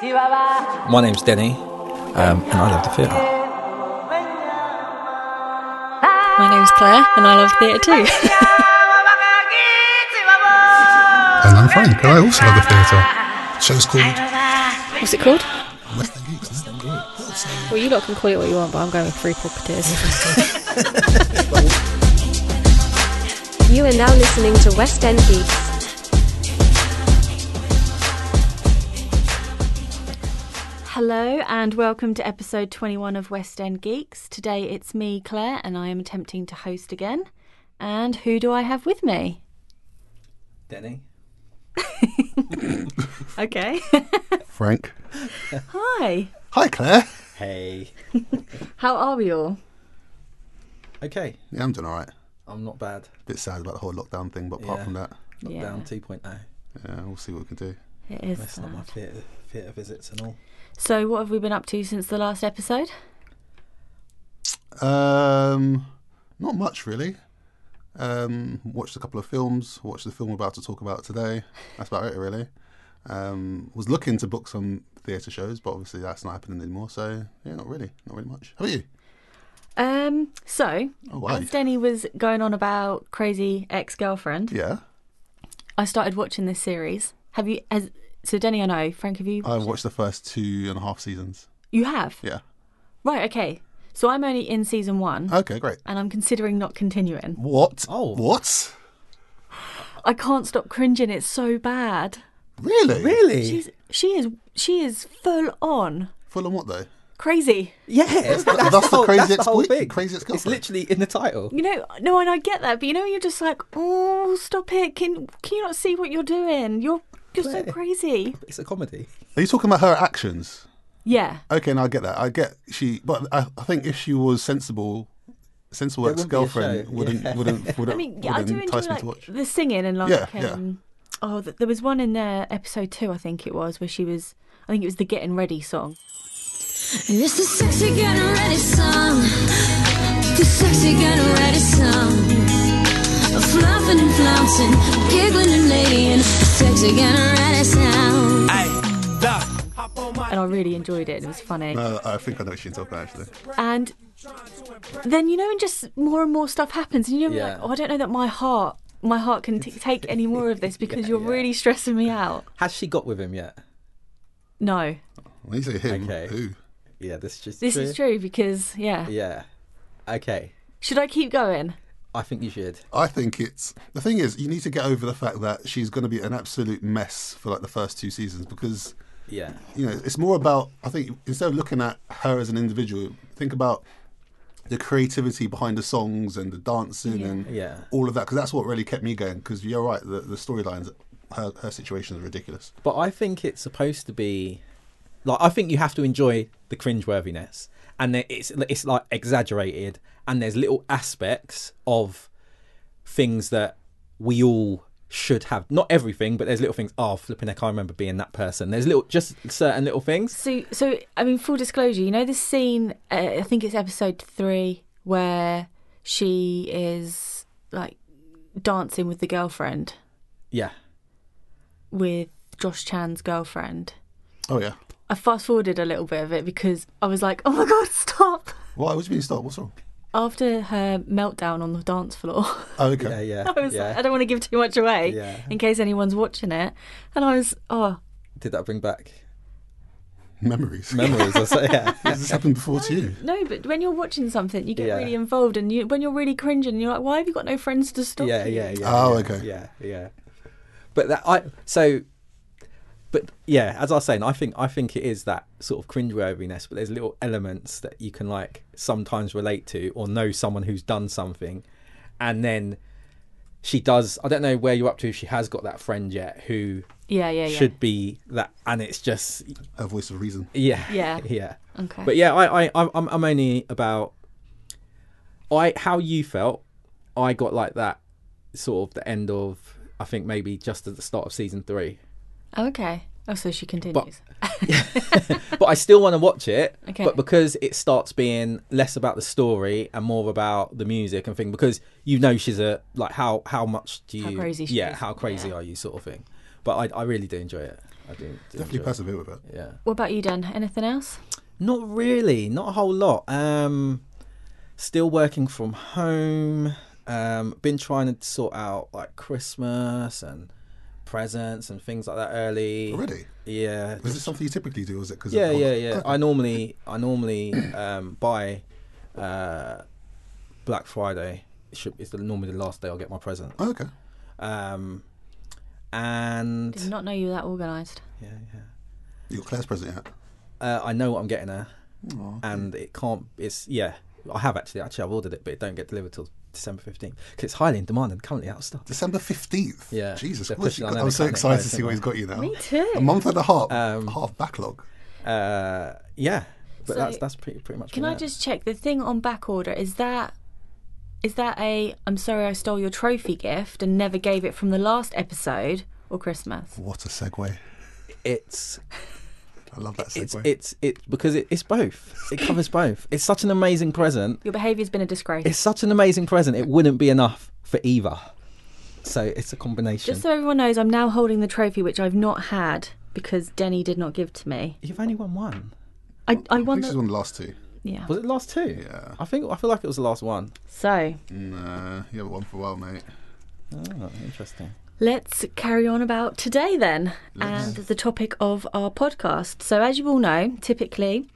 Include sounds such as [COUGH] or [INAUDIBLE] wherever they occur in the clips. Chihuahua. My name's Denny, um, and I love the theatre. My name's Claire, and I love theatre too. [LAUGHS] And I'm Frank, and I also love the theatre. Show's called What's it called? West End Geeks. isn't it? What's that? Well, you lot can call it what you want, but I'm going with Three Pocketeers. [LAUGHS] You are now listening to West End Geeks. Hello and welcome to episode 21 of West End Geeks. Today it's me, Claire, and I am attempting to host again. And who do I have with me? Denny? Okay. Frank. [LAUGHS] Hi. Hi, Claire. Hey. How are we all? Okay, Yeah, I'm doing all right. I'm not bad. Bit sad about the whole lockdown thing, but apart Yeah. from that, Lockdown Yeah. down 2.0. yeah, we'll see what we can do. It is. That's not my sad. theatre, theatre visits and all. So, what have we been up to since the last episode? Um, not much really. Um, watched a couple of films. Watched the film we're about to talk about today. That's about it really. Um, was looking to book some theatre shows, but obviously that's not happening anymore. So yeah, not really, not really much. How are you? Um, so, Oh wow. as Denny was going on about Crazy Ex Girlfriend, Yeah, I started watching this series. Have you? As, so, Denny, I know. Frank, have you? Uh, I watched the first two and a half seasons. you have? Yeah. Right, okay. So, I'm only in season one. Okay, great. and I'm considering not continuing. What? Oh. what? I can't stop cringing. It's so bad. Really? Really? She's she is she is full on Full on what though? crazy. yeah, that's, that's the whole- crazy that's the ex- whole we- thing. crazy ex-girlfriend. It's literally in the title. You know, no, and I get that, but you know, you're just like, oh, stop it. Can can you not see what you're doing? You're you're so Claire. crazy. It's a comedy. Are you talking about her actions? Yeah, Okay, now I get that. I get she, but I, I think if she was sensible, sensible There wouldn't be a ex-girlfriend show, wouldn't, yeah. [LAUGHS] wouldn't wouldn't I mean, wouldn't yeah, I do enjoy entice me like to watch. the singing and like, Yeah, yeah. um, oh, th- there was one in there, episode two, I think it was, where she was. I think it was the getting ready song. And it's the sexy getting ready song. The sexy getting ready song. Fluffing and flouncing, giggling and ladying. The sexy getting ready sound. And I really enjoyed it. and It was funny. No, I think I know what she's talking about, actually. and then you know and just more and more stuff happens and you're Yeah. like oh i don't know that my heart my heart can t- take any more of this because you're really stressing me out Has she got with him yet? no When you say him, Okay. who? Yeah, this is just this is true because yeah Yeah. Okay. should i keep going I think you should. I think it's the thing is you need to get over the fact that she's going to be an absolute mess for like the first two seasons because Yeah. you know, it's more about I think instead of looking at her as an individual, think about the creativity behind the songs and the dancing and Yeah. all of that because that's what really kept me going. Because you're right, the, the storylines, her her situation is ridiculous. But I think it's supposed to be like I think you have to enjoy the cringeworthiness, and there- it's it's like exaggerated, and there's little aspects of things that we all should have. Not everything, but there's little things. Oh, flipping! heck, I can't remember being that person. There's little just certain little things. so so i mean full disclosure you know this scene uh, i think it's episode three where she is like dancing with the girlfriend Yeah. with josh chan's girlfriend Oh yeah, i fast forwarded a little bit of it because i was like oh my god [LAUGHS] stop why was being stopped? What's wrong? after her meltdown on the dance floor, [LAUGHS] Oh, Yeah. okay. Yeah. I was yeah. like, uh I don't want to give too much away Yeah. in case anyone's watching it. And I was, oh, Did that bring back [LAUGHS] Memories. memories? or so? Yeah. Has [LAUGHS] this happened before to you? no, but when you're watching something, you get Yeah. really involved. And you, when you're really cringing, you're like, why have you got no friends to stop yeah, you? yeah, yeah. Oh, yeah, okay. Yeah, yeah. But that I so, but yeah, as I was saying, I think I think it is that sort of cringeworthiness. But there's little elements that you can like sometimes relate to or know someone who's done something, and then she does. I don't know where you're up to. if She has got that friend yet who Yeah, yeah, yeah. should be that, and it's just Her voice of reason. yeah, Yeah. yeah. Okay. But yeah, I, I, I'm, I'm- I'm only about I how you felt. I got like that sort of the end of I think maybe just at the start of season [LAUGHS] three. Okay. Oh, so she continues. But I still want to watch it. Okay. But because it starts being less about the story and more about the music and thing, because you know she's a like how how much do you crazy she yeah is. how crazy Yeah. are you sort of thing. But I, I really do enjoy it. I do, do Definitely enjoy it. persevere with it. Yeah. What about you, Dan? Anything else? Not really, not a whole lot. Um, still working from home. Um, been trying to sort out like Christmas and presents and things like that early. Already? Yeah. Is this something you typically do? Or is it because Yeah, yeah, yeah. I normally, I normally um, buy uh, Black Friday. It should, it's the, normally the last day I'll get my present. Oh, okay. Um, and Did not know you were that organised. yeah, yeah. Your Claire's present yet? Uh, I know what I'm getting her, and it can't. It's yeah. I have actually actually I've ordered it, but it don't get delivered till December fifteenth because it's highly in demand and currently out of stock. December 15th. Yeah. Jesus They're Christ. pushing on I'm so any kind of excited to see thing, what he's got you now. Me too. A month and a half. Um, half backlog. Uh, yeah, but So- that's that's pretty pretty much. Can been I it. just check the thing on back order? Is that is that a I'm sorry I stole your trophy gift and never gave it from the last episode or Christmas? What a segue. It's I love that segue. it's it's it's because it, it's both. It covers both. It's such an amazing present. Your behaviour's been a disgrace. It's such an amazing present. It wouldn't be enough for either. So it's a combination. Just so everyone knows, I'm now holding the trophy which I've not had because Denny did not give to me. You've only won one. I, I I won think she's the, one of the last two. yeah. Was it the last two? Yeah. I think I feel like it was the last one. So Nah, you haven't won for a while, mate. Oh, interesting. Let's carry on about today then, and the topic of our podcast. So, as you all know, typically,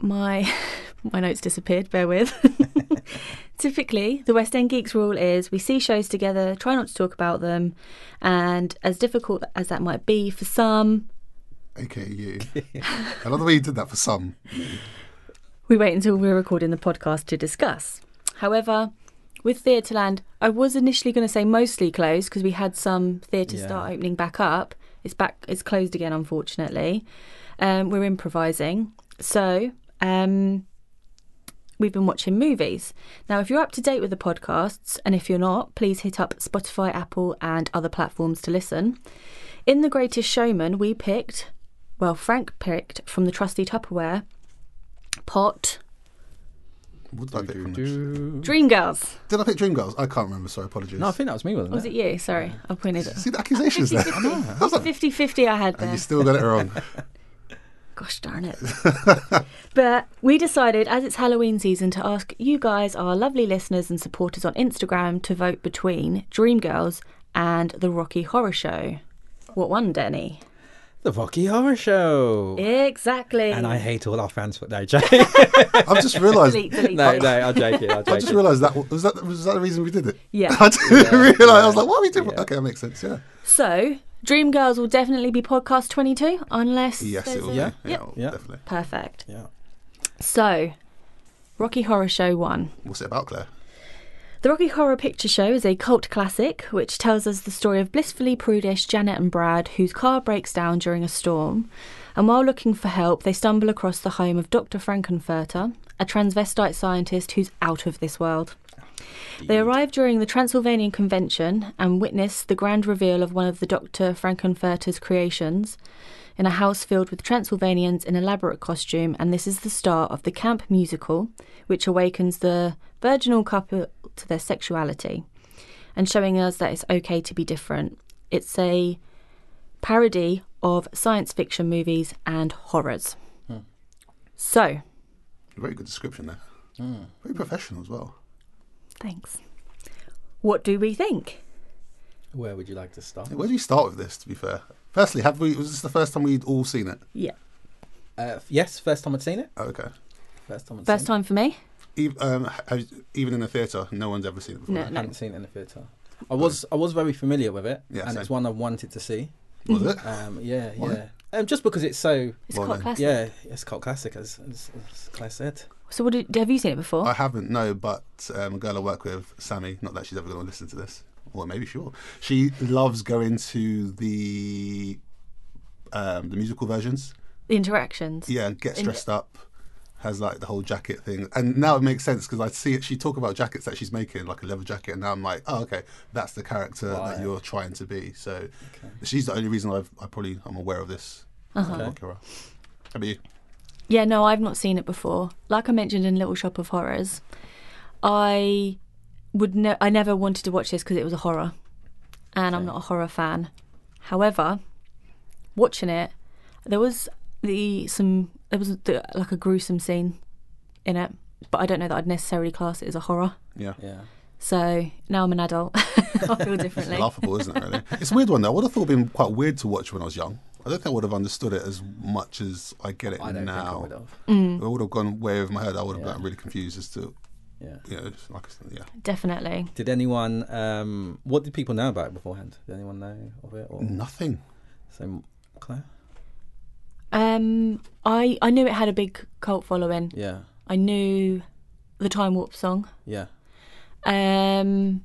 my [LAUGHS] my notes disappeared. Bear with. [LAUGHS] typically, the West End Geeks rule is we see shows together, try not to talk about them, and as difficult as that might be for some, AKA you. I love the way you did that for some. we wait until we're recording the podcast to discuss. However, with Theatreland, I was initially going to say mostly closed because we had some theatres Yeah. start opening back up. It's back. It's closed again, unfortunately. Um, we're improvising, so um, we've been watching movies. Now, if you're up to date with the podcasts, and if you're not, please hit up Spotify, Apple, and other platforms to listen. In The Greatest Showman, we picked, well, Frank picked from the trusty Tupperware pot What did I pick from the... Dreamgirls. Did I pick Dreamgirls? I can't remember. Sorry, apologies. No, I think that was me, wasn't Was it you? Sorry, I pointed it. See the accusations there. [LAUGHS] I was like, 50 50 I had and there. you still got it [LAUGHS] wrong. Gosh darn [LAUGHS] it. but we decided, as it's Halloween season, to ask you guys, our lovely listeners and supporters on Instagram, to vote between Dreamgirls and The Rocky Horror Show. What one, Denny? The Rocky Horror Show. Exactly. And I hate all our fans for no [LAUGHS] joke. I've just realised. Delete, delete. [LAUGHS] no, no, I'll joke [LAUGHS] it. I'll joke I just it. realised that was that was that the reason we did it. Yeah. [LAUGHS] I didn't realise. I was like, "Why are we doing?" Okay, that makes sense. Yeah. So, Dreamgirls will definitely be podcast 22, unless. Yes, there's it will. a- be. Yeah. Yep. it'll Yeah. Definitely. Perfect. Yeah. So, Rocky Horror Show 1. What's it about, Claire? The Rocky Horror Picture Show is a cult classic which tells us the story of blissfully prudish Janet and Brad whose car breaks down during a storm. And while looking for help, they stumble across the home of Dr. Frankenfurter, a transvestite scientist who's out of this world. They arrive during the Transylvanian Convention and witness the grand reveal of one of the Dr. Frankenfurter's creations in a house filled with Transylvanians in elaborate costume, and this is the start of the camp musical, which awakens the virginal couple to their sexuality and showing us that it's okay to be different. It's a parody of science fiction movies and horrors. So, Very good description there. Hmm. Very professional as well. thanks. What do we think? Where would you like to start? Where do we start with this? To be fair, firstly, have we? Was this the first time we'd all seen it? Yeah. Uh, yes, first time I'd seen it. Oh, okay. First time I'd First seen time for me? Even, um, have- even in a theatre, no one's ever seen it before. No, it. no. hadn't seen it in the theatre. I was I was very familiar with it, Yeah, and same. it's one I wanted to see. Was it? [LAUGHS] Um, yeah, Why? yeah. Um, just because it's so It's Well quite then, classic. yeah, it's cult classic as, as, as Claire said. So, what did, have you seen it before? I haven't, no, but um, a girl I work with, Sammy, not that she's ever going to listen to this, or maybe she will. She loves going to the um, the musical versions. the interactions? Yeah, and gets In- dressed up, has like the whole jacket thing. And now it makes sense because I see it, she talk about jackets that she's making, like a leather jacket. And now I'm like, oh, okay, that's the character that Right. you're trying to be. So she's the only reason I've, I probably, I'm aware of this. Okay. How about you? Yeah, no, I've not seen it before. Like I mentioned in Little Shop of Horrors, I would ne- I never wanted to watch this because it was a horror. and I'm not a horror fan. However, watching it, there was the some there was the, like a gruesome scene in it, but I don't know that I'd necessarily class it as a horror. Yeah. Yeah. So now I'm an adult, [LAUGHS] I [LAUGHS] feel differently. Laughable, isn't it, really? It's a weird one, though. I would have thought it would been quite weird to watch when I was young. I don't think I would have understood it as much as I get it I don't now. think I would have. If I would have gone way over my head. I would have been really confused as to, Yeah. you know, it's like, I said, yeah. Definitely. Did anyone? Um, what did people know about it beforehand? Did anyone know of it? Or Nothing. so, Claire? Um, I I knew it had a big cult following. Yeah. I knew the Time Warp song. Yeah. Um,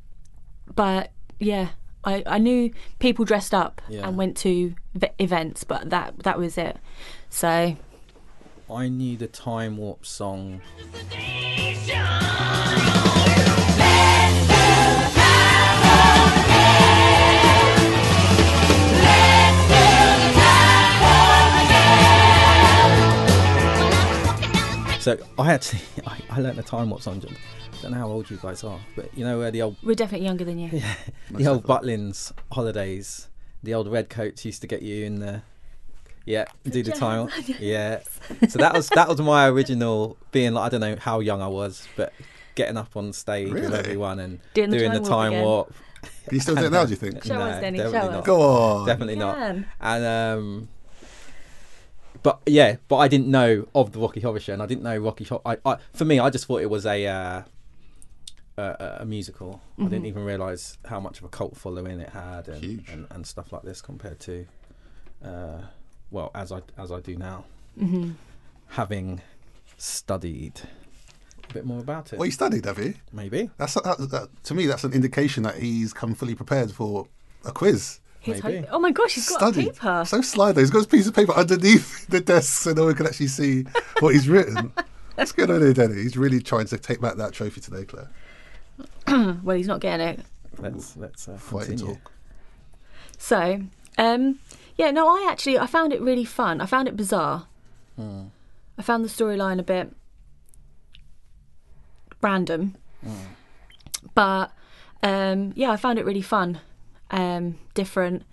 but yeah, I, I knew people dressed up Yeah. and went to v- events, but that that was it. So I knew the Time Warp song. So I actually [LAUGHS] I, I learnt the Time Warp song. John. I don't know how old you guys are, but you know where the old we're definitely younger than you. the old Butlins holidays, the old red coats used to get you in the yeah, do the time. [LAUGHS] Yeah. So that was that was my original being like I don't know how young I was, but getting up on stage with Really? everyone and Doing the the time warp time again. warp. Can you still do it now, do you [LAUGHS] think? Show us, Denny, definitely show not. us. Go on. Definitely not. Can. And um but yeah, but I didn't know of the Rocky Horror Show, and I didn't know Rocky Horror. I, I, for me, I just thought it was a uh, a, a musical. I didn't even realize how much of a cult following it had, and, Huge. and, and stuff like this compared to, uh, well, as I as I do now, having studied a bit more about it. Well, he studied, have you? maybe That's that, that, to me. That's an indication that he's come fully prepared for a quiz. He's Maybe. hope- oh my gosh, he's got a Studied. paper. So sly though. He's got a piece of paper underneath [LAUGHS] the desk, so no one can actually see what [LAUGHS] he's written. What's going on here, Danny? He's really trying to take back that trophy today, Claire. Hmm, well, he's not getting it. let's let's uh, Fight and continue. talk. So, um, yeah, no, I actually I found it really fun. I found it bizarre. I found the storyline a bit random, but um, yeah, I found it really fun, um, different.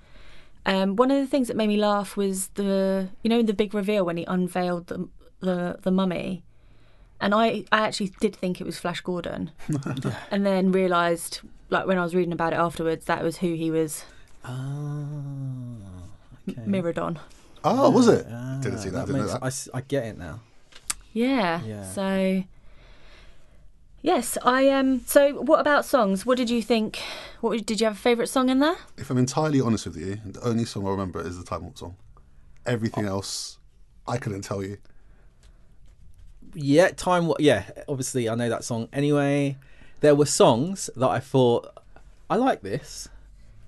Um, one of the things that made me laugh was the you know the big reveal when he unveiled the the, the mummy, and I I actually did think it was Flash Gordon, and then realised like when I was reading about it afterwards that was who he was Ah, okay. mirrored on. Oh, was it? Ah, Didn't see that. didn't makes- know that. I s- I get it now. Yeah. Yeah. So yes, I um so what about songs? What did you think? What would- did you have a favorite song in there? If I'm entirely honest with you, the only song I remember is the Time Warp song. Everything else, I couldn't tell you. yeah, time. Wa- Yeah, obviously I know that song. Anyway, there were songs that I thought I like this.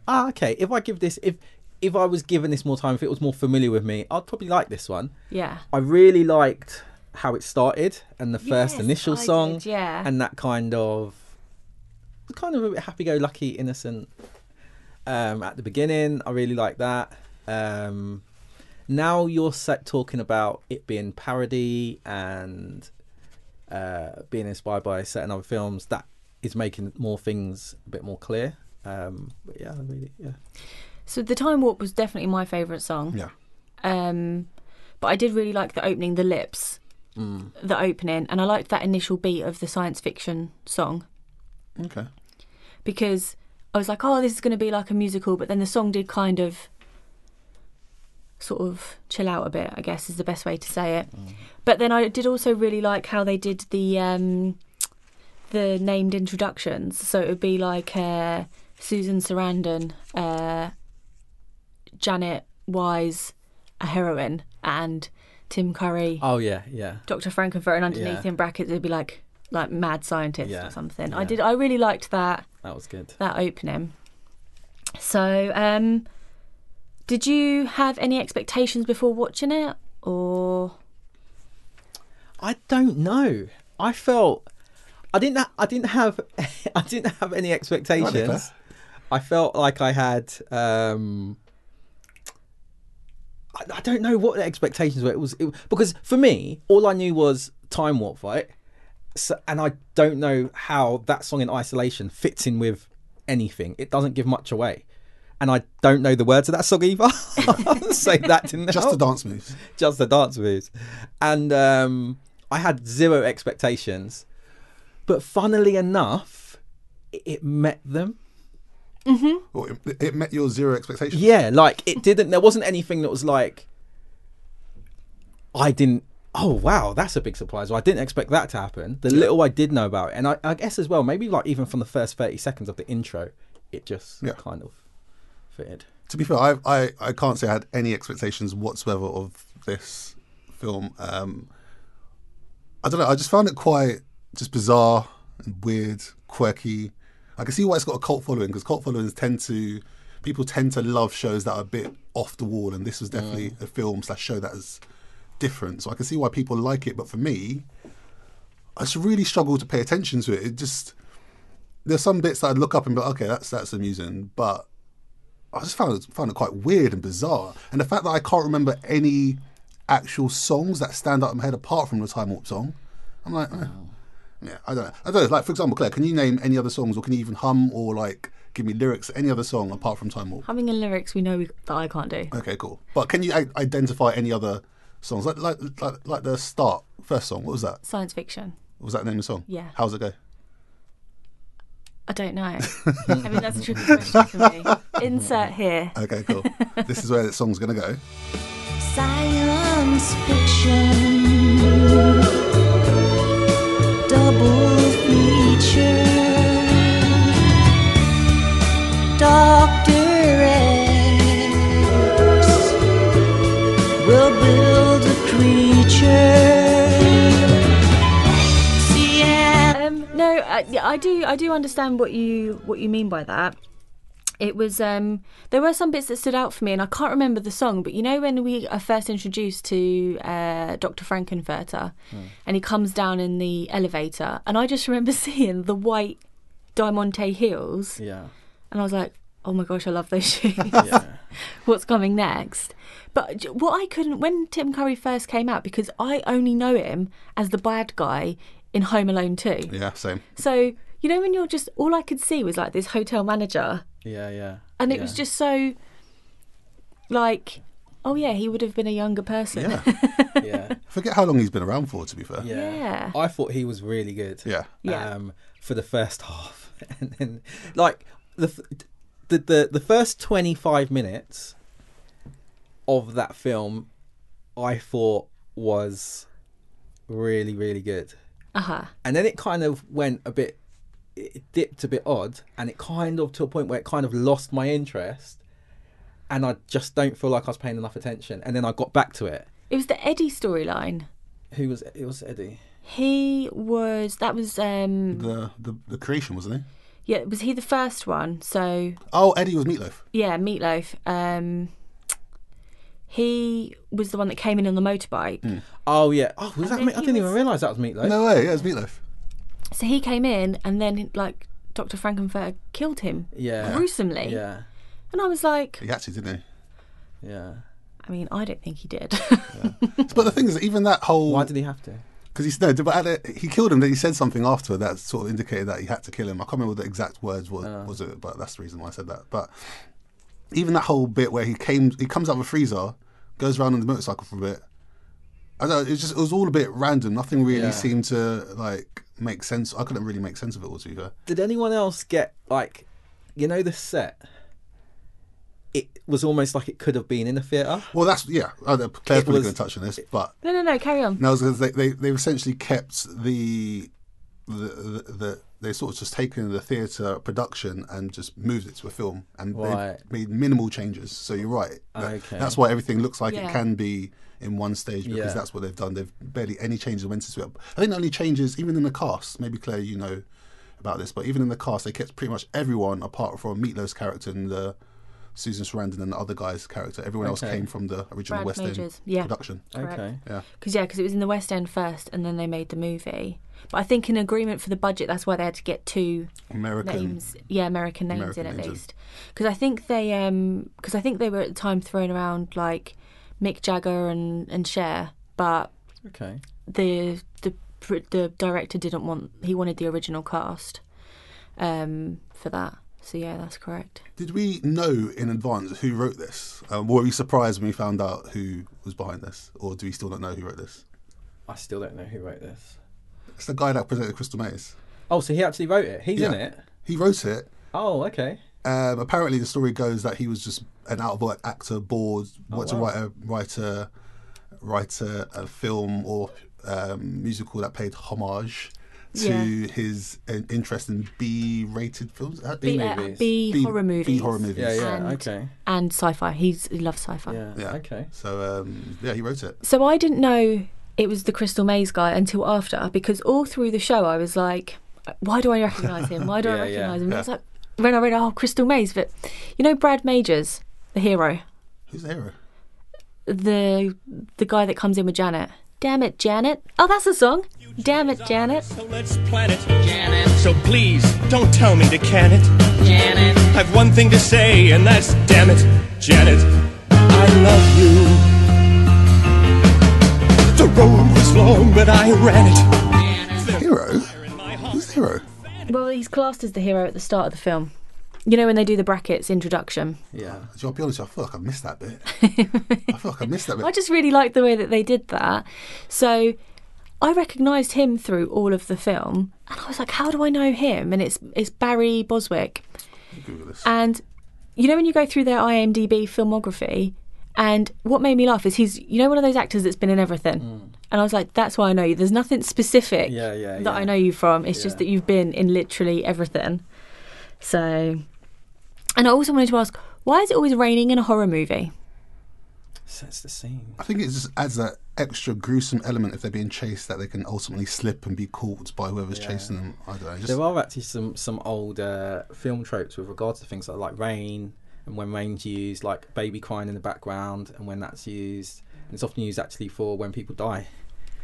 Ah, okay. If I give this, if if I was given this more time, if it was more familiar with me, I'd probably like this one. Yeah. I really liked how it started and the first Yes, initial I song, did, yeah. and that kind of kind of a bit happy-go-lucky, innocent um, at the beginning. I really like that. Um, now you're set talking about it being parody and uh, being inspired by certain other films. That is making more things a bit more clear. Um, but yeah, I really, yeah, So the time warp was definitely my favorite song. Yeah. Um but I did really like the opening, the lips. The opening and I liked that initial beat of the science fiction song Okay. because I was like, oh, this is going to be like a musical, but then the song did kind of sort of chill out a bit, I guess is the best way to say it. Mm. But then I did also really like how they did the um, the named introductions. So it would be like uh, Susan Sarandon, uh, Janet Wise, a heroine, and Tim Curry. oh yeah, yeah. Dr. Frankenfurter, and underneath Yeah. in brackets it'd be like like mad scientist Yeah, or something. I yeah. did I really liked that That was good. that opening. So, um, did you have any expectations before watching it, or I don't know. I felt I didn't. Ha- I didn't have. [LAUGHS] I didn't have any Claire. expectations. I felt like I had. Um, I, I don't know what the expectations were. It was it, because for me, all I knew was time warp, right? So, and I don't know how that song in isolation fits in with anything. It doesn't give much away. and I don't know the words of that song either. [LAUGHS] so that didn't Just help. the dance moves. just the dance moves. And um, I had zero expectations, but funnily enough, it, it met them. Well, it, it met your zero expectations. Yeah, like it didn't. There wasn't anything that was like I didn't. Oh wow, that's a big surprise. Well, I didn't expect that to happen. The little I did know about it, and I, I guess as well, maybe like even from the first thirty seconds of the intro, it just Yeah. kind of fitted. To be fair, I, I I can't say I had any expectations whatsoever of this film. Um, I don't know. I just found it quite just bizarre and weird, quirky. I can see why it's got a cult following because cult followings tend to people tend to love shows that are a bit off the wall, and this was definitely a film slash show that is different. So I can see why people like it, but for me, I just really struggled to pay attention to it. It just there's some bits that I'd look up and be like, okay, that's that's amusing, but I just found it, found it quite weird and bizarre. And the fact that I can't remember any actual songs that stand out in my head apart from the Time Warp song, I'm like, eh. yeah, I don't know. I don't know. Like, for example, Claire, can you name any other songs or can you even hum or like give me lyrics to any other song apart from Time Warp? Having a lyrics we know we, that I can't do. Okay, cool. But can you I- identify any other songs? Like, like, like, like the start, first song, what was that? Science fiction. What was that the name of the song? Yeah. How's it go? I don't know. I mean, that's a tricky question for [LAUGHS] me. Insert here. Okay, [LAUGHS] cool. this is where the song's going to go. Science fiction. Double feature. Doctor X will build a creature. Sierra. Um, no, I, yeah, I do. I do understand what you what you mean by that. It was um, there were some bits that stood out for me, and I can't remember the song. But you know when we are first introduced to uh, Doctor Frankenfurter, Hmm. and he comes down in the elevator, and I just remember [LAUGHS] seeing the white diamante heels, Yeah, and I was like, "Oh my gosh, I love those [LAUGHS] shoes." yeah. what's coming next. But j- what I couldn't, when Tim Curry first came out, because I only know him as the bad guy in Home Alone 2. [LAUGHS] Yeah, same. So, you know, when you're just, all I could see was like this hotel manager, Yeah, yeah. and it Yeah. was just so like, oh yeah, he would have been a younger person. Yeah. yeah, Forget how long he's been around for, to be fair. yeah. [LAUGHS] Yeah. I thought he was really good. Yeah. Yeah. Um, for the first half, [LAUGHS] and then like the f- the the, the first twenty five minutes of that film, I thought was really really good, Uh huh. and then it kind of went a bit, it dipped a bit odd, and it kind of to a point where it kind of lost my interest, and I just don't feel like I was paying enough attention, and then I got back to it. It was the Eddie storyline. Who was it? Was Eddie? He was, that was, um The, the the creation, wasn't he? yeah, was he the first one? So Oh, Eddie was Meatloaf. yeah, Meatloaf. Um, he was the one that came in on the motorbike. Oh yeah. Oh, was that? then Me- I he didn't even was- realise that was Meatloaf. No way, yeah, it was Meatloaf. So he came in, and then like Dr. Frankenfurter killed him Yeah. gruesomely. Yeah. And I was like, He actually didn't Yeah. I mean, I don't think he did. he? But the thing is, even that whole Why did he have to? because he no, but at the, he killed him. Then he said something after that sort of indicated that he had to kill him. I can't remember what the exact words was, Ah. was it, but that's the reason why I said that. But even that whole bit where he came, he comes out of a freezer, goes around on the motorcycle for a bit. I don't. know, It's just it was all a bit random. Nothing really Yeah. seemed to like make sense. I couldn't really make sense of it all. To be fair, Did anyone else get like, you know, the set? It was almost like it could have been in a theatre. well, that's yeah. I don't know, Claire's It probably was- going to touch on this, but [LAUGHS] no, no, no, carry on. No, because they, they they've essentially kept the the, the, the they sort of just taken the theatre production and just moved it to a film, and Right. they've made minimal changes. So you're right. That- Okay. That's why everything looks like Yeah. it can be in one stage because Yeah. that's what they've done. They've barely any changes went into it. I think the only changes, even in the cast, maybe Claire, you know about this, but even in the cast, they kept pretty much everyone apart from Meatloaf's character and the Susan Sarandon and the other guy's character. Everyone else Okay. came from the original Brad West End Majors, yeah. production. Correct. Okay. Yeah. Because yeah, because it was in the West End first, and then they made the movie. But I think in agreement for the budget, that's why they had to get two American. names, yeah, American names in American at names in. least. Because I think they, um, because I think they were at the time throwing around like Mick Jagger and and Cher, but Okay. the the pr- the director didn't want he wanted the original cast um for that So yeah, that's correct. Did we know in advance who wrote this? Um, were we surprised when we found out who was behind this, or do we still not know who wrote this? I still don't know who wrote this. It's the guy that presented Crystal Maze. Oh, so he actually wrote it. He's in it. He wrote it. Oh, okay. Um, apparently, the story goes that he was just an out of work actor, bored, wanted Oh, wow. to write a write a, write a, a film or um, musical that paid homage to Yeah. his uh, interest in B-rated films, Uh, B, uh, movies. B, B- horror movies. B horror movies. Yeah, yeah. And- okay. And sci-fi. He's, he loves sci-fi. Yeah, Yeah. Okay. So um, yeah, he wrote it. So I didn't know it was the Crystal Maze guy until after, because all through the show I was like, why do I recognise him? Why do I [LAUGHS] Yeah, yeah. recognise him? And it's like, when I read, oh, Crystal Maze. But you know, Brad Majors, the hero, Who's the hero? the the guy that comes in with Janet. Damn it, Janet. Oh, that's a song. Damn it, Janet. So let's plan it. Janet. So please, don't tell me to can it. Janet. I've one thing to say, and that's damn it, Janet. I love you. The road was long, but I ran it. Hero? Who's the hero? Well, he's classed as the hero at the start of the film. You know, when they do the brackets introduction. Yeah. Do you want to be honest? I feel like I missed that [LAUGHS] bit. I feel like I missed that bit. I just really liked the way that they did that. So I recognised him through all of the film, and I was like, "How do I know him?" And it's it's Barry Boswick, Google this. and you know when you go through their IMDb filmography, and what made me laugh is he's you know one of those actors that's been in everything, and I was like, "That's why I know you." There's nothing specific Mm. Yeah, yeah, that yeah. I know you from. It's just Yeah. that you've been in literally everything. So, and I also wanted to ask, why is it always raining in a horror movie? Sets the scene. I think it just adds that extra gruesome element if they're being chased that they can ultimately slip and be caught by whoever's chasing them. I don't know. Just, There are actually some some old uh, film tropes with regards to things like, like rain and when rain's used, like baby crying in the background, and when that's used. And it's often used actually for when people die.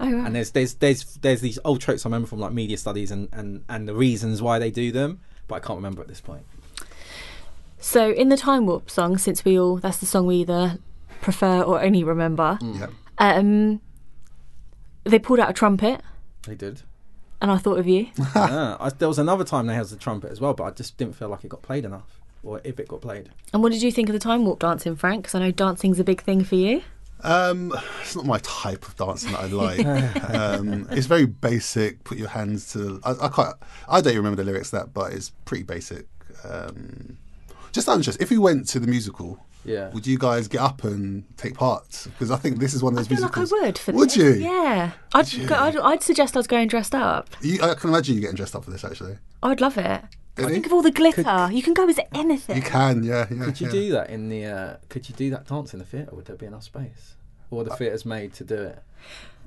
Oh, right. And there's there's there's there's these old tropes I remember from like media studies and and and the reasons why they do them, but I can't remember at this point. So in the time warp song, since we all that's the song we either prefer or only remember, yeah. um, they pulled out a trumpet, They did. and I thought of [LAUGHS] you. [LAUGHS] yeah, I, there was another time they had the trumpet as well, but I just didn't feel like it got played enough, or if it got played. and what did you think of the time warp dancing, Frank? Because I know dancing's a big thing for you. Um, it's not my type of dancing that [LAUGHS] I like. um, it's very basic. Put your hands to. I, I can't. I don't even remember the lyrics to that, but it's pretty basic. Um, just out of interest, if we went to the musical, Yeah. would you guys get up and take part? Because I think this is one of I those feel like I musicals. would. For Would this. you? Yeah, I'd, go, I'd I'd suggest I was going dressed up. You- I can imagine you getting dressed up for this. Actually, I'd love it. Really? Think of all the glitter. you can go as anything. you can. Yeah. yeah Could you yeah. do that in the? Uh, could you do that dance in the theatre? Would there be enough space? Or the theatre's made to do it?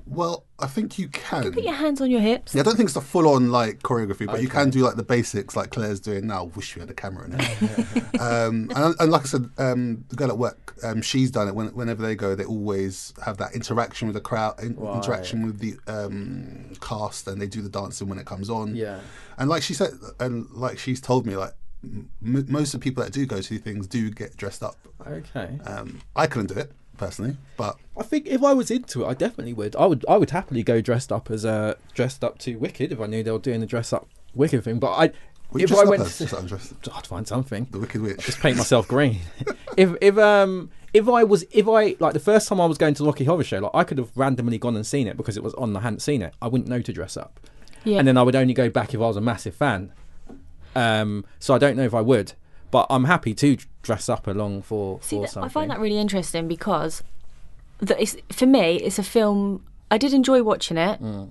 Well, I think you can. Put your hands on your hips. Yeah, I don't think it's a full on like choreography, but you can do like the basics, like Claire's doing now. Wish we had a camera in [LAUGHS] it. um, and, and like I said, um, the girl at work, um, she's done it. When, whenever they go, they always have that interaction with the crowd, in, interaction with the um, cast, and they do the dancing when it comes on. Yeah. And like she said, and like she's told me, like m- m- most of the people that do go to these things do get dressed up. Okay. Um, I couldn't do it personally, but I think if I was into it, I definitely would. I would. I would happily go dressed up as uh, dressed up to Wicked if I knew they were doing the dress up Wicked thing. But I, would you if dress I up went, as? Just out of interest. to, [LAUGHS] I'd find something. the Wicked Witch. Just paint myself green. [LAUGHS] if if um if I was if I like the first time I was going to the Rocky Horror Show, like I could have randomly gone and seen it because it was on. and I hadn't seen it. I wouldn't know to dress up. Yeah. and then I would only go back if I was a massive fan. Um, so I don't know if I would, but I'm happy to d- dress up along for See, for that, something. I find that really interesting because that it's, for me, it's a film I did enjoy watching it, Mm.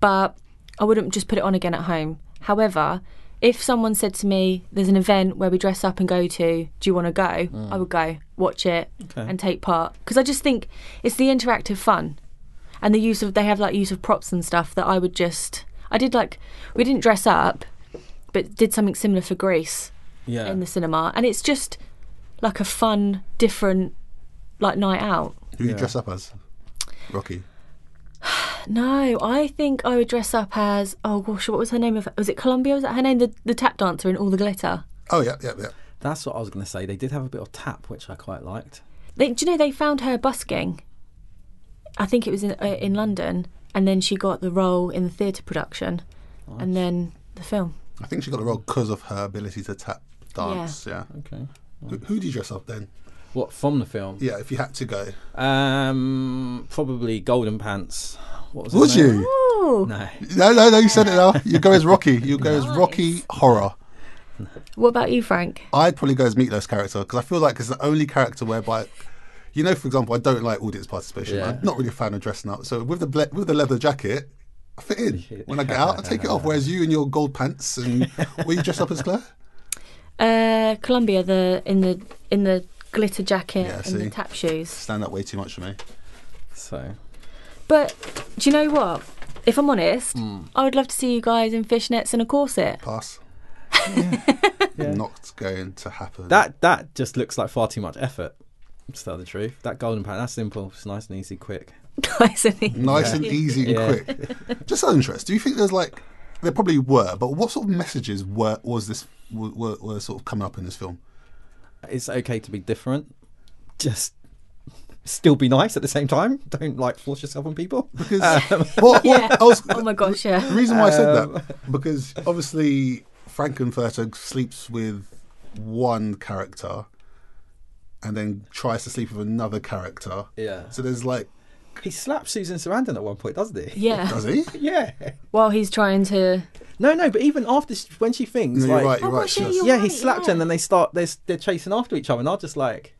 but I wouldn't just put it on again at home. However, if someone said to me, "There's an event where we dress up and go to. Do you want to go?" Mm. I would go watch it and take part because I just think it's the interactive fun and the use of they have like use of props and stuff that I would just. I did like we didn't dress up, but did something similar for Greece yeah. in the cinema, and it's just like a fun, different, like night out. Who you dress up as? Rocky. No, I think I would dress up as oh gosh, what was her name? Of was it Columbia? Was that her name? The the tap dancer in all the glitter. Oh yeah, yeah, yeah. That's what I was going to say. They did have a bit of tap, which I quite liked. They, do you know they found her busking? I think it was in uh, in London, and then she got the role in the theatre production, and then the film. I think she got the role because of her ability to tap. dance. Yeah. Okay. Who, who do you dress up then? What from the film? Yeah, if you had to go, Um, probably Golden Pants. What was his would name? you? Ooh. No. No, no, no. You said it now. You go as Rocky. You go as Rocky Horror. What about you, Frank? I'd probably go as Meatloaf's character because I feel like it's the only character whereby, you know, for example, I don't like audience participation. Yeah. I'm not really a fan of dressing up. So with the ble- with the leather jacket, I fit in. When I get out, I take it [LAUGHS] off. Whereas you in your gold pants and were you dressed up as Claire? Uh, Columbia, the in the in the glitter jacket Yeah, I and see. the tap shoes. Stand up way too much for me. So But do you know what? If I'm honest, I would love to see you guys in fishnets and a corset. [LAUGHS] Pass. [LAUGHS] Not going to happen. that that just looks like far too much effort. To tell the truth, that Golden Pants. That's simple. It's nice and easy, quick. nice and neat. nice and easy and Yeah. quick. Just out of interest, do you think there's like there probably were, but what sort of messages were was this were, were, were sort of coming up in this film? It's okay to be different. Just still be nice at the same time. Don't like force yourself on people. Because Um, [LAUGHS] what, what else? Oh my gosh, The yeah. reason why I said that Um, [LAUGHS] because obviously Frankenfurter sleeps with one character, and then tries to sleep with another character. Yeah. So there's like, He slaps Susan Sarandon at one point, doesn't he? [LAUGHS] Yeah. does he? Yeah. While he's trying to. No, no. But even after sh- when she thinks, No, like, you're right. You're Oh, right. gosh, she yeah, does. you're yeah, he right, slapped yeah. her, and then they start they're, they're chasing after each other, and I was just like,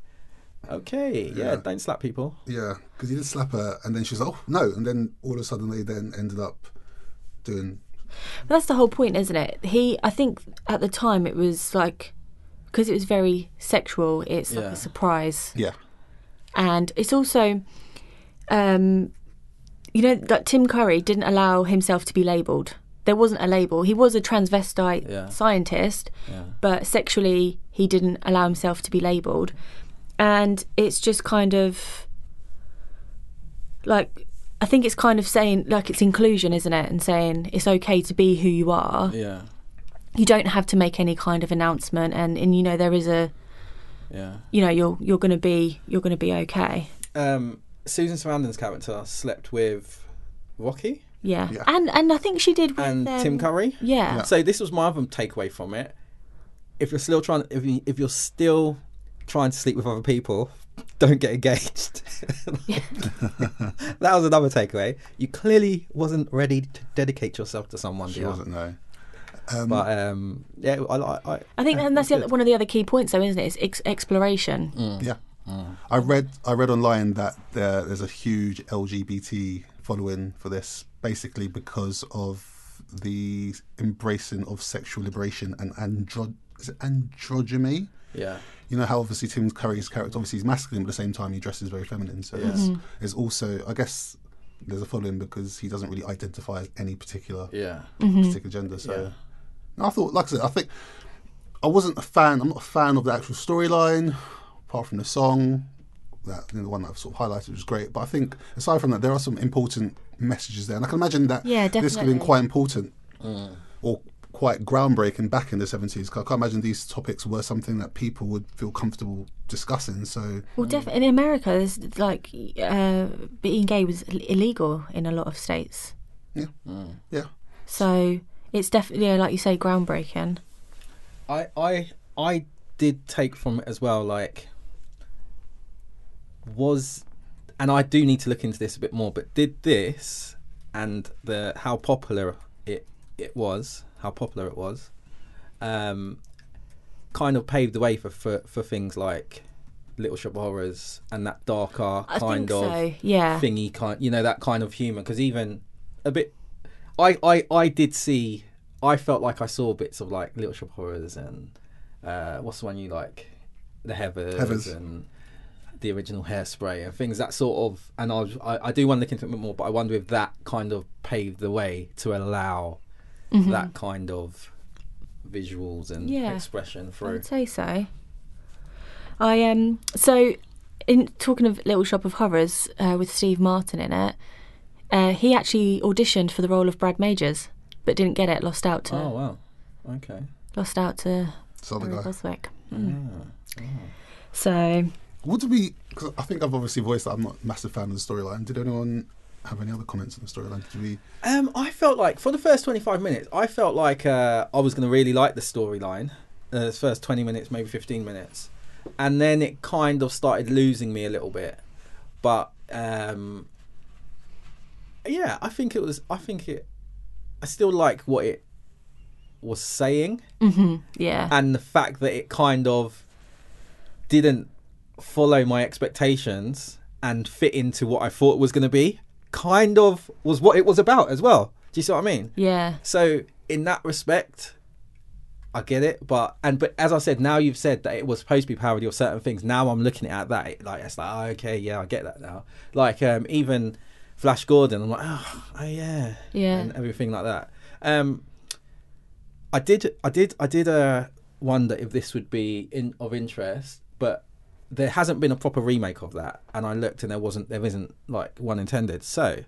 okay, yeah, Yeah. don't slap people. Yeah, because he did slap her, and then she was like, "Oh no!" And then all of a sudden, they then ended up doing. But that's the whole point, isn't it? He, I think at the time it was like, because it was very sexual. It's like Yeah. a surprise, Yeah, and it's also, um, you know, that Tim Curry didn't allow himself to be labelled. There wasn't a label. He was a transvestite Yeah. scientist, but sexually he didn't allow himself to be labelled, and it's just kind of like. I think it's kind of saying like it's inclusion, isn't it? And saying it's okay to be who you are Yeah, you don't have to make any kind of announcement and, and you know there is a yeah. you know you're you're going to be you're going to be okay Um, Susan Sarandon's character slept with Rocky yeah. Yeah. and and i think she did with and um, Tim Curry. yeah, So this was my other takeaway from it. If you're still trying, if you, if you're still trying to sleep with other people, [LAUGHS] don't get engaged. [LAUGHS] that was another takeaway. You clearly wasn't ready to dedicate yourself to someone. she Dion. wasn't no. But um, yeah, I, I, I, i think and that's the other, one of the other key points though isn't it it's ex- exploration Mm. Yeah, I read I read online that there, there's a huge LGBT following for this, basically because of the embracing of sexual liberation and andro- is it androgyny. yeah. you know how obviously Tim Curry's character obviously he's masculine, but at the same time he dresses very feminine. So it's, Mm-hmm. it's also, I guess, there's a following because he doesn't really identify as any particular Yeah. Mm-hmm. particular gender. So No, I thought, like I said, I think I wasn't a fan. I'm not a fan of the actual storyline, apart from the song. That you know, the one that I've sort of highlighted was great, but I think aside from that, there are some important messages there, and I can imagine that Yeah, this could have been definitely. quite important or quite groundbreaking back in the 70s. 'cause I can't imagine these topics were something that people would feel comfortable discussing. So, well definitely in america there's like uh, being gay was ill- illegal in a lot of states yeah, yeah, so it's definitely yeah, like you say groundbreaking I I I did take from it as well like was and I do need to look into this a bit more but did this and the how popular it it was how popular it was um kind of paved the way for for, for things like Little Shop of Horrors and that darker I kind think of so, yeah. thingy kind you know that kind of humour because even a bit I, I I did see. I felt like I saw bits of like Little Shop of Horrors and uh, what's the one you like, The Heavers, Heathers. and the original Hairspray and things that sort of. And I, was, I I do want to look into it a bit more, but I wonder if that kind of paved the way to allow that kind of visuals and Mm-hmm. Yeah. expression I through. would say so. I um so in talking of Little Shop of Horrors uh, with Steve Martin in it, uh, he actually auditioned for the role of Brad Majors, but didn't get it. Lost out to Oh wow, okay. lost out to Southern Barry guy. Boswick. Mm. So Would we? Cause I think I've obviously voiced that I'm not a massive fan of the storyline. Did anyone have any other comments on the storyline? Did we? Um, I felt like for the first twenty-five minutes, I felt like uh, I was going to really like the storyline, uh, the first 20 minutes, maybe 15 minutes. And then it kind of started losing me a little bit. But um, yeah, I think it was, I think it, I still like what it was saying Yeah. and the fact that it kind of didn't follow my expectations and fit into what I thought it was going to be kind of was what it was about as well. Do you see what I mean? yeah. So in that respect, I get it. But and but as I said, now you've said that it was supposed to be parody of certain things. Now I'm looking at that it, like it's like oh, okay, yeah, I get that now. Like um, even Flash Gordon, I'm like oh, oh yeah, Yeah. and everything like that. Um, I did, I did, I did uh, wonder if this would be in of interest, but there hasn't been a proper remake of that. And I looked, and there wasn't, there isn't like one intended. So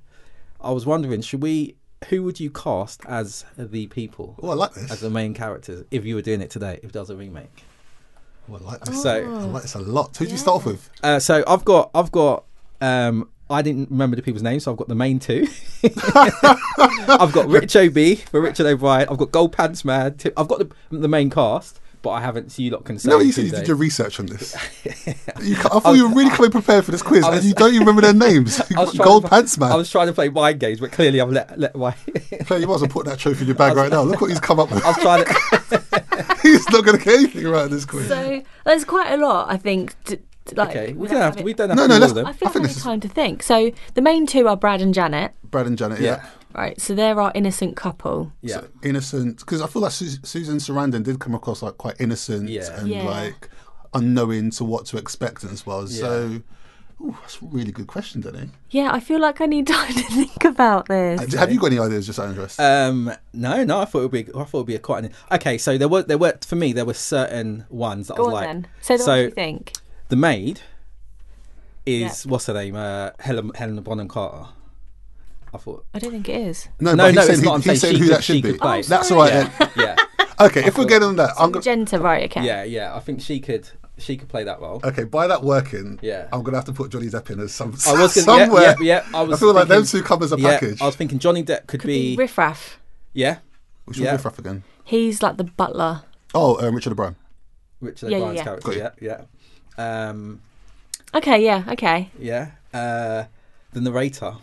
I was wondering, should we? Who would you cast as the people? Oh, I like this. as the main characters if you were doing it today if there was a remake Oh, I like this. So- I like this a lot. Who do you start off with? uh, so i've got i've got um i didn't remember the people's names so i've got the main two [LAUGHS] i've got rich ob for richard o'brien i've got gold pants man Tim- i've got the, the main cast but i haven't so you lot can say No, you who said you they- did your research [LAUGHS] on this. You ca- I thought you were really coming prepared for this quiz, was- and you don't even remember their [LAUGHS] names. I was trying Gold to- pants man. i was trying to play mind games but clearly i've let let my Claire, you might as well put that trophy in your bag right now. Look what he's come up [LAUGHS] with. i was trying to [LAUGHS] [LAUGHS] he's not going to get anything right in this quiz. So there's quite a lot, I think. d d- like, okay we without don't have to having- we don't have No, to do no, all let's- of them I feel I I think like this it's is- time to think. So the main two are Brad and Janet. Brad and Janet, Yeah. yeah. Right. So they're our innocent couple. yeah So innocent. Because I feel like Sus- Susan Sarandon did come across like quite innocent Yeah. and Yeah. like unknowing to what to expect as well. So, ooh, that's a really good question, Danny. Yeah, I feel like I need [LAUGHS] time to think about this. Have- Have you got any ideas, just out of interest? Um, no, no, I thought it would be. I thought it would be a quite. An, okay, so there were there were for me there were certain ones that I Go was on like. then. So, then what do you think? the maid is what's her name? Uh, Helen Helena Bonham Carter. I thought. I don't think it is. no, no, but no, he it's said, not. I'm he, he saying said she who could- that she should be. could play. That's all right Yeah, then. [LAUGHS] yeah, Okay, if we're getting on that, [LAUGHS] I'm going to. Magenta, right? Okay. yeah, yeah. I think she could. She could play that role. Okay, by that working, Yeah. I'm gonna have to put Johnny Depp in as some I was gonna, yeah, somewhere. yeah, yeah, I was. feel like thinking- those two come as a yeah, package. I was thinking Johnny Depp could, Could be. be Riff Raff. yeah, Which one's yeah. Riff Raff again? He's like the butler. Oh, um, Richard O'Brien. Richard Yeah, yeah, O'Brien's yeah. character. Yeah, yeah. Um, Okay, yeah, okay. yeah. Uh, the narrator.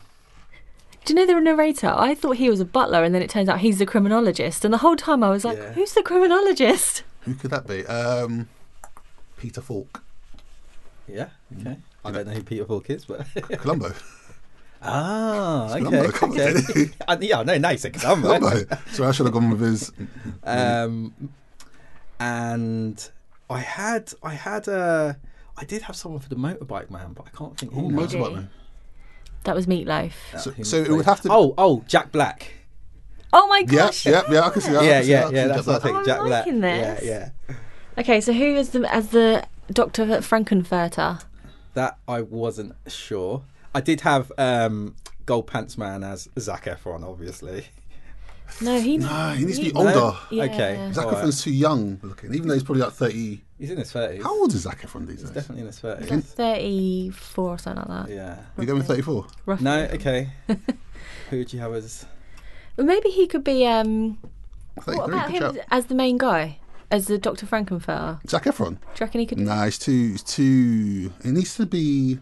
Do you know the narrator? I thought he was a butler, and then it turns out he's the criminologist. And the whole time I was like, Yeah. who's the criminologist? Who could that be? Um, Peter Falk, Yeah. Okay. I don't know who Peter Falk is, but [LAUGHS] [LAUGHS] Columbo. ah, okay, Columbo, come on, okay. [LAUGHS] Danny. I, yeah, no, nice. It's Columbo. Columbo. Sorry, I should have gone with his. Um, and I had, I had a, I did have someone for the motorbike man, but I can't think. Ooh, who now. motorbike man. That was Meatloaf. So, Who so was it would played- have to. Oh, oh, Jack Black. Oh my yeah, gosh. yeah, yeah. I can see that. I yeah, can see yeah, that. yeah. Actually, That's what I that- think. Oh, I'm Jack Black. liking this. Yeah, yeah. Okay, so who is the as the Doctor Frankenfurter? That I wasn't sure. I did have um, Gold Pants Man as Zac Efron, obviously. No, he. Ah, he needs to be No? older. Yeah. Okay. Zac all right. Efron's too young looking, even though he's probably like 30. He's in his thirties. How old is Zac Efron these days? Definitely in his thirties. Like 34 or something like that. Yeah. You going with 34? Roughly. No. Okay. [LAUGHS] Who would you have as? Well, maybe he could be. um What 33, about good him shout. as the main guy? As the Doctor Frankenfurter? Zac Efron. Do you reckon he could? Nah, it's too. It's too. It needs to be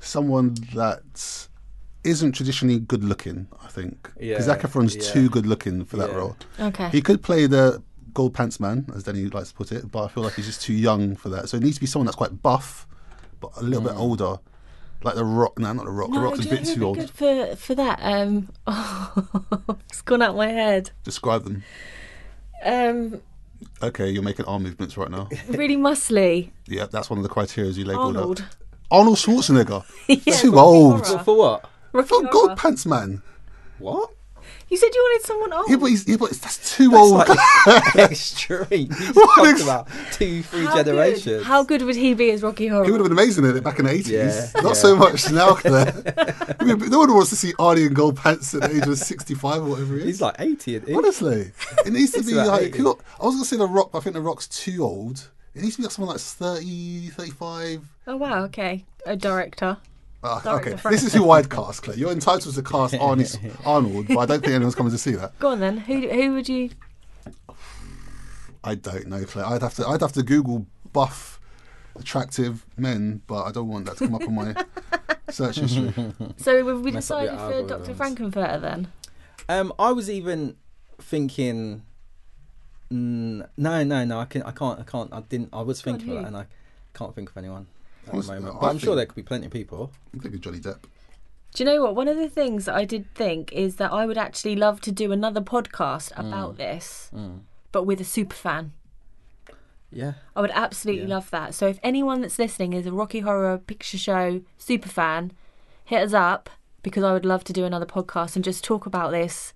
someone that isn't traditionally good looking. I think. Yeah, Because Zac Efron's yeah. too good looking for that Yeah. role. Okay. He could play the gold pants man, as Danny likes to put it, but I feel like he's just too young for that. So it needs to be someone that's quite buff, but a little bit Mm. older. Like the Rock. No, not the Rock. the Rock's a Oh, do you bit know who'd too be old. Good for for that. Um, [LAUGHS] oh, it's gone out my head. Describe them. Um, Okay, you're making arm movements [LAUGHS] right now. really muscly. yeah, that's one of the criteria you labelled Arnold. up. Arnold Schwarzenegger. [LAUGHS] Yeah, too Rocky old. Horror. For what? Rocky Oh, Horror. gold pants man. What? You said you wanted someone old. Yeah, but, he's, yeah, but that's too old. like [LAUGHS] extreme. You just What talked is- about two, three How good- generations. How good would he be as Rocky Horror? [LAUGHS] He would have been amazing in it back in the eighties. Yeah, Not so much now. [LAUGHS] Claire. [LAUGHS] I mean, no one wants to see Arnie in gold pants at the age of sixty-five or whatever he is. He's like eighty. Isn't he? honestly, it needs [LAUGHS] to be about like. 80. look, I was gonna say the Rock, but I think the Rock's too old. It needs to be like someone that's 30, 35. Oh wow. Okay. A director. Ah, Sorry, okay, it's a this is who I'd cast, Claire. You're entitled to [LAUGHS] cast Arnie's Arnold, but I don't think anyone's coming to see that. Go on then. Who who would you? I don't know, Claire. I'd have to I'd have to Google buff attractive men, but I don't want that to come up [LAUGHS] on my search history. So have we Mess up your decided for Dr. algorithms. Frankenfurter then? Um, I was even thinking, mm, no, no, no. I can, I can't, I can't. I didn't. I was thinking about who? it, and I can't think of anyone at Honest- the moment. I But I'm sure think- there could be plenty of people. I'm thinking Johnny Depp. Do you know what? One of the things that I did think is that I would actually love to do another podcast about Mm. this, but with a super fan. Yeah, I would absolutely love that. So if anyone that's listening is a Rocky Horror Picture Show super fan, hit us up because I would love to do another podcast and just talk about this.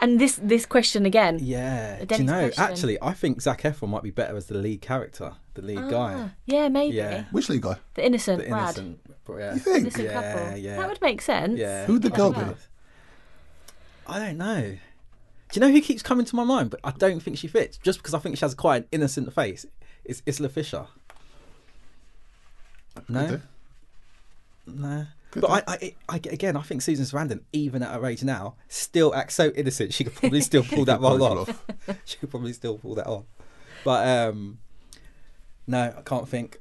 And this this question again. yeah. A Do you Dennis know? question. Actually, I think Zach Efron might be better as the lead character, the lead guy, Ah, yeah, maybe. Yeah. Which league guy? The innocent the Brad. innocent. Yeah. You think? Innocent Yeah, couple. yeah. That would make sense. Yeah. Who'd the I girl think be? that- I don't know. Do you know who keeps coming to my mind? But I don't think she fits, just because I think she has quite an innocent face. It's Isla Fisher. No, Okay. no. But I, I, I- I, again, I think Susan Sarandon, even at her age now, still acts so innocent. She could probably still [LAUGHS] pull that Probably role pull off. she could probably still pull that off. But um, no, I can't think.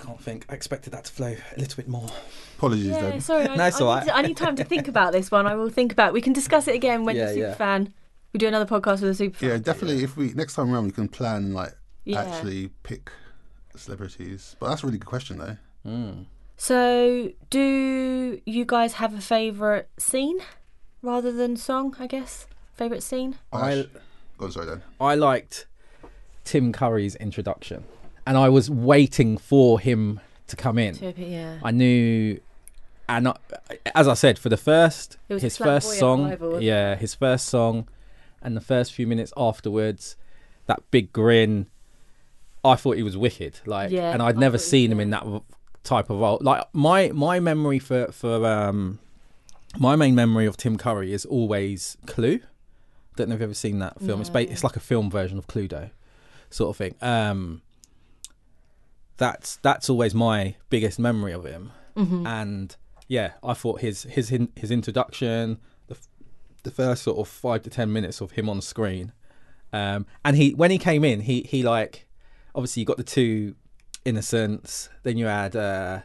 I can't think. I expected that to flow a little bit more. Apologies Yeah, then. sorry. I, No, it's I, all need right. to- I need time to think about this one. I will think about. It. We can discuss it again when Yeah, you're super yeah. fan. We do another podcast with a super Yeah, fan. definitely if we next time around we can plan and like Yeah. actually pick celebrities. But that's a really good question though. So, do you guys have a favourite scene rather than song? I guess favourite scene. Ash. I- Go on, sorry then. I liked Tim Curry's introduction, and I was waiting for him to come in. Yeah. I knew, and I, as I said, for the first It was his a first flamboyant song, arrival, wasn't yeah, his first song, and the first few minutes afterwards, that big grin. I thought he was wicked, like, Yeah, and I'd I never thought he was seen him in that w- type of role. Like my my memory for for um, my main memory of Tim Curry is always Clue. Don't know if you've ever seen that film. It's ba- it's like a film version of Cluedo, sort of thing. Um, that's that's always my biggest memory of him. Mm-hmm. And yeah, I thought his his in- his introduction, the f- the first sort of five to ten minutes of him on screen, um, and he when he came in, he he like obviously you got the two innocents, then you had uh,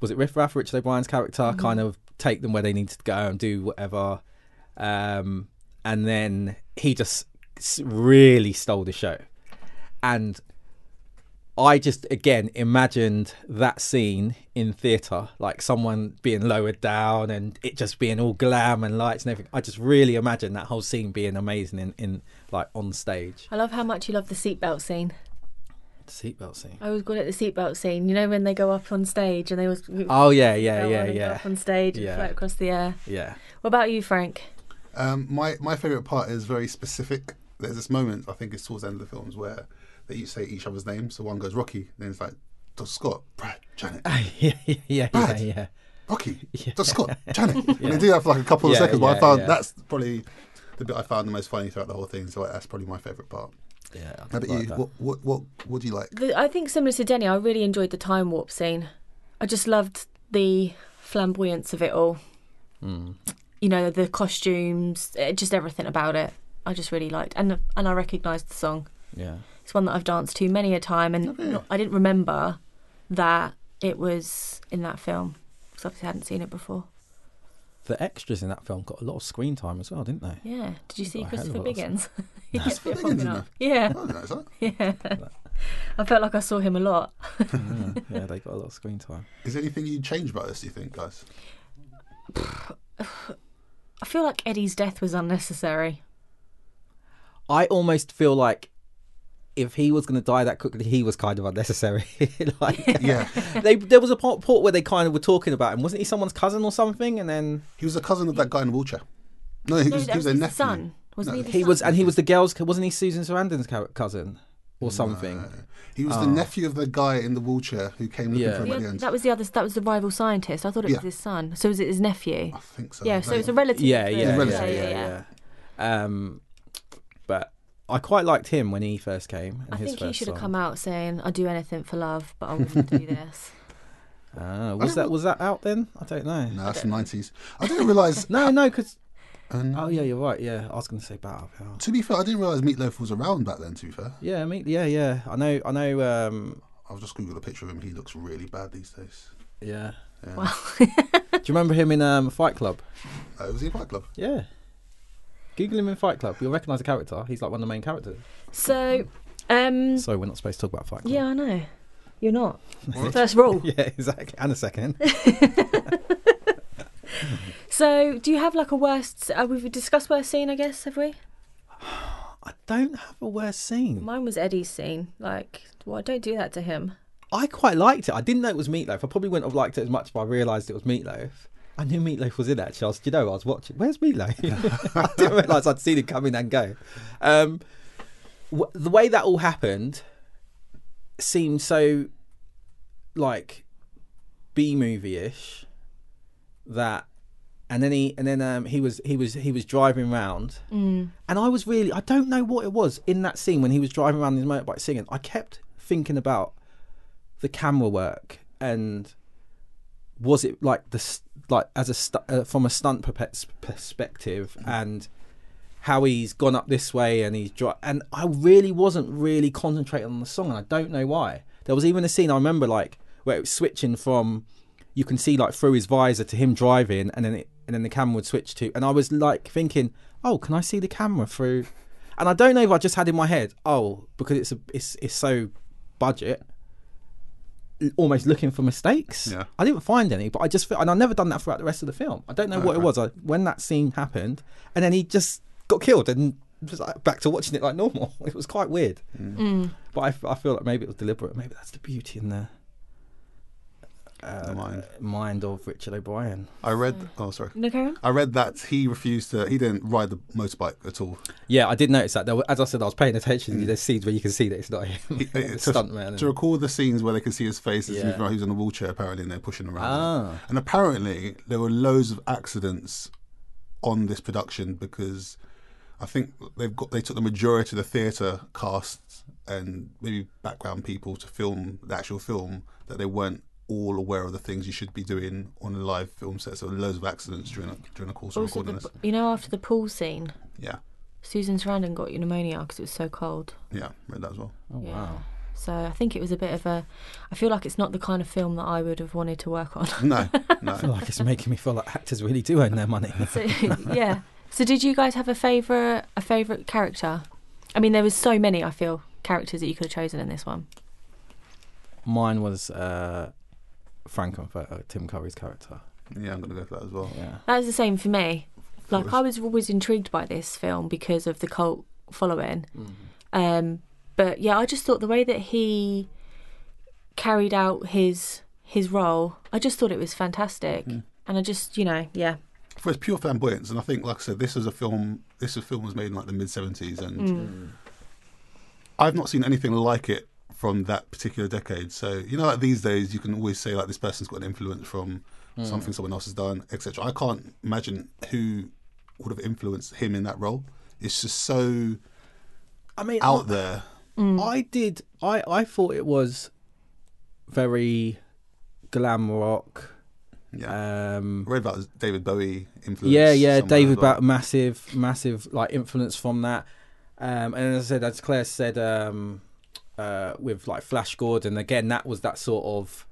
was it Riff Raff, Richard O'Brien's character, kind of take them where they needed to go and do whatever, um, and then he just s- really stole the show, and I just again imagined that scene in theatre, like someone being lowered down and it just being all glam and lights and everything. I just really imagined that whole scene being amazing in, in like on stage. I love how much you love the seatbelt scene. Seatbelt scene. I always call it the seatbelt scene. You know when they go up on stage and they always Oh yeah, yeah, go yeah, on and go yeah, up on stage Yeah. and float across the air. yeah. [LAUGHS] What about you, Frank? Um, my my favorite part is very specific. There's this moment I think it's towards the end of the films where they each say each other's names. So one goes Rocky, then it's like Dr. Scott, Brad, Janet, yeah, yeah, yeah, yeah, Brad. yeah. Rocky, [LAUGHS] Dr. Scott, Janet. And they do that for like a couple of Yeah, seconds, but yeah, I found yeah. that's probably the bit I found the most funny throughout the whole thing. So that's probably my favorite part. Yeah, I How did about like you? that. What, what what what do you like? The, I think similar to Denny, I really enjoyed the time warp scene. I just loved the flamboyance of it all. Hmm. You know, the costumes, eh, just everything about it. I just really liked, and and I recognised the song. yeah. It's one that I've danced to many a time, and not- I didn't remember that it was in that film because obviously I hadn't seen it before. The extras in that film got a lot of screen time as well, didn't [LAUGHS] they? Yeah, did you see Got a hell of Christopher a lot of [LAUGHS] Biggins? He kept Christopher popping Biggins in up. there? [LAUGHS] Yeah, I don't know, is that- I felt like I saw him a lot. yeah, they got a lot of screen time. Is there anything you'd change about this? Do you [LAUGHS] think, guys? I feel like Eddie's death was unnecessary. I almost feel like if he was going to die that quickly, he was kind of unnecessary. [LAUGHS] like, Yeah, they there was a part, part where they kind of were talking about him. Wasn't he someone's cousin or something? And then he was a cousin of that guy in the wheelchair. No, he No, was, that he was was their his nephew. son. Wasn't he the he son? was, and he was the girl's. cou- Wasn't he Susan Sarandon's cou- cousin or something? He was the nephew of the guy in the wheelchair who came looking Ah. Yeah. for him The at the oth- end. that was the other. That was the rival scientist. I thought it was Yeah. his son. So is it his nephew? I think so. Yeah. So Right. it's a relative. yeah, thing. yeah, yeah, relative, yeah, yeah, yeah, Um, but I quite liked him when he first came. And I his think he first should have song. come out saying, "I'd do anything for love, but I wouldn't do this." Ah, was don't that was that out then? I don't know. [LAUGHS] No, that's the nineties. I didn't realize. [LAUGHS] No, no, because And Oh yeah, you're right. Yeah, I was going to say Battle Royale. to be fair, I didn't realize Meatloaf was around back then. To be fair, Yeah, I mean, yeah, yeah. I know, I know. Um, I've just googled a picture of him. He looks really bad these days. yeah. Yeah. [LAUGHS] Do you remember him in um, Fight Club? Uh, was he in Fight Club? Yeah. Google him in Fight Club. You'll recognise the character. He's like one of the main characters. So, um, So we're not supposed to talk about Fight Club. yeah, I know. You're not. What? First [LAUGHS] rule. [LAUGHS] Yeah, exactly. And a [LAUGHS] second. So, do you have like a worst? Uh, we've discussed worst scene, I guess, have we? I don't have a worse scene. Mine was Eddie's scene. Like, well, don't do that to him. I quite liked it. I didn't know it was Meatloaf. I probably wouldn't have liked it as much if I realised it was Meatloaf. I knew Meatloaf was in that. Actually, I was, you know, I was watching. Where's Meatloaf? [LAUGHS] I didn't realise I'd seen him come in and go. Um, w- the way that all happened seemed so like B movie ish that and then he and then um, he was he was he was driving round, and I was really I don't know what it was in that scene when he was driving around his motorbike singing. I kept thinking about the camera work and was it like the s- like as a stu- uh, from a stunt perpe- perspective and how he's gone up this way and he's dri- and I really wasn't really concentrating on the song and I don't know why. There was even a scene I remember like where it was switching from you can see like through his visor to him driving and then it, and then the camera would switch to and I was like thinking, "Oh, can I see the camera through?" And I don't know if I just had in my head, "Oh, because it's a, it's it's so budget." l- Almost looking for mistakes. Yeah. I didn't find any, but I just felt, and I've never done that throughout the rest of the film. I Oh, don't know what it was. I, when that scene happened, and then he just got killed and was like, back to watching it like normal. [LAUGHS] It was quite weird. Mm. But I f- I, feel like maybe it was deliberate. Maybe that's the beauty in the Never mind. mind of Richard O'Brien. I read. Oh, sorry. Mm. No, Karen? I read that he refused to. He didn't ride the motorbike at all. Yeah, I did notice that. There were, as I said, I was paying attention to the scenes where you can see that it's not [LAUGHS] him. Mm. He- It's to, stuntman. to recall the scenes where they could see his face as Yeah. he was- he was in a wheelchair, apparently, and they're pushing around. Ah. And apparently, there were loads of accidents on this production because I think they've got they took the majority of the theatre cast and maybe background people to film the actual film that they weren't all aware of the things you should be doing on a live film set. So loads of accidents during a, during the course of Also, recording the, this. you know, after the pool scene, Yeah, Susan Sarandon got pneumonia because it was so cold. yeah, read that as well. Oh, wow. So I think it was a bit of a. I feel like it's not the kind of film that I would have wanted to work on. No, I feel no. [LAUGHS] like it's making me feel like actors really do earn their [LAUGHS] money. So [LAUGHS] yeah. So did you guys have a favorite a favorite character? I mean, there was so many. I feel characters that you could have chosen in this one. Mine was uh, Frankenfurter, Tim Curry's character. yeah, I'm gonna go for that as well. Yeah. That was the same for me. Like was- I was always intrigued by this film because of the cult following. Um, but yeah, I just thought the way that he carried out his his role, I just thought it was fantastic. And I just, you know, yeah, for its pure flamboyance, and I think, like I said, this is a film. This is a film was made in like the mid seventies, and I've not seen anything like it from that particular decade. So you know, like these days, you can always say like this person's got an influence from Mm. something someone else has done, etc. I can't imagine who would have influenced him in that role. It's just so I mean, out there. I did. I I thought it was very glam rock. Yeah, Um, I read about David Bowie influence. yeah, yeah. somewhere David as well. Bow- massive, massive like influence from that. Um, and as I said, as Claire said, um, uh, with like Flash Gordon again, that was that sort of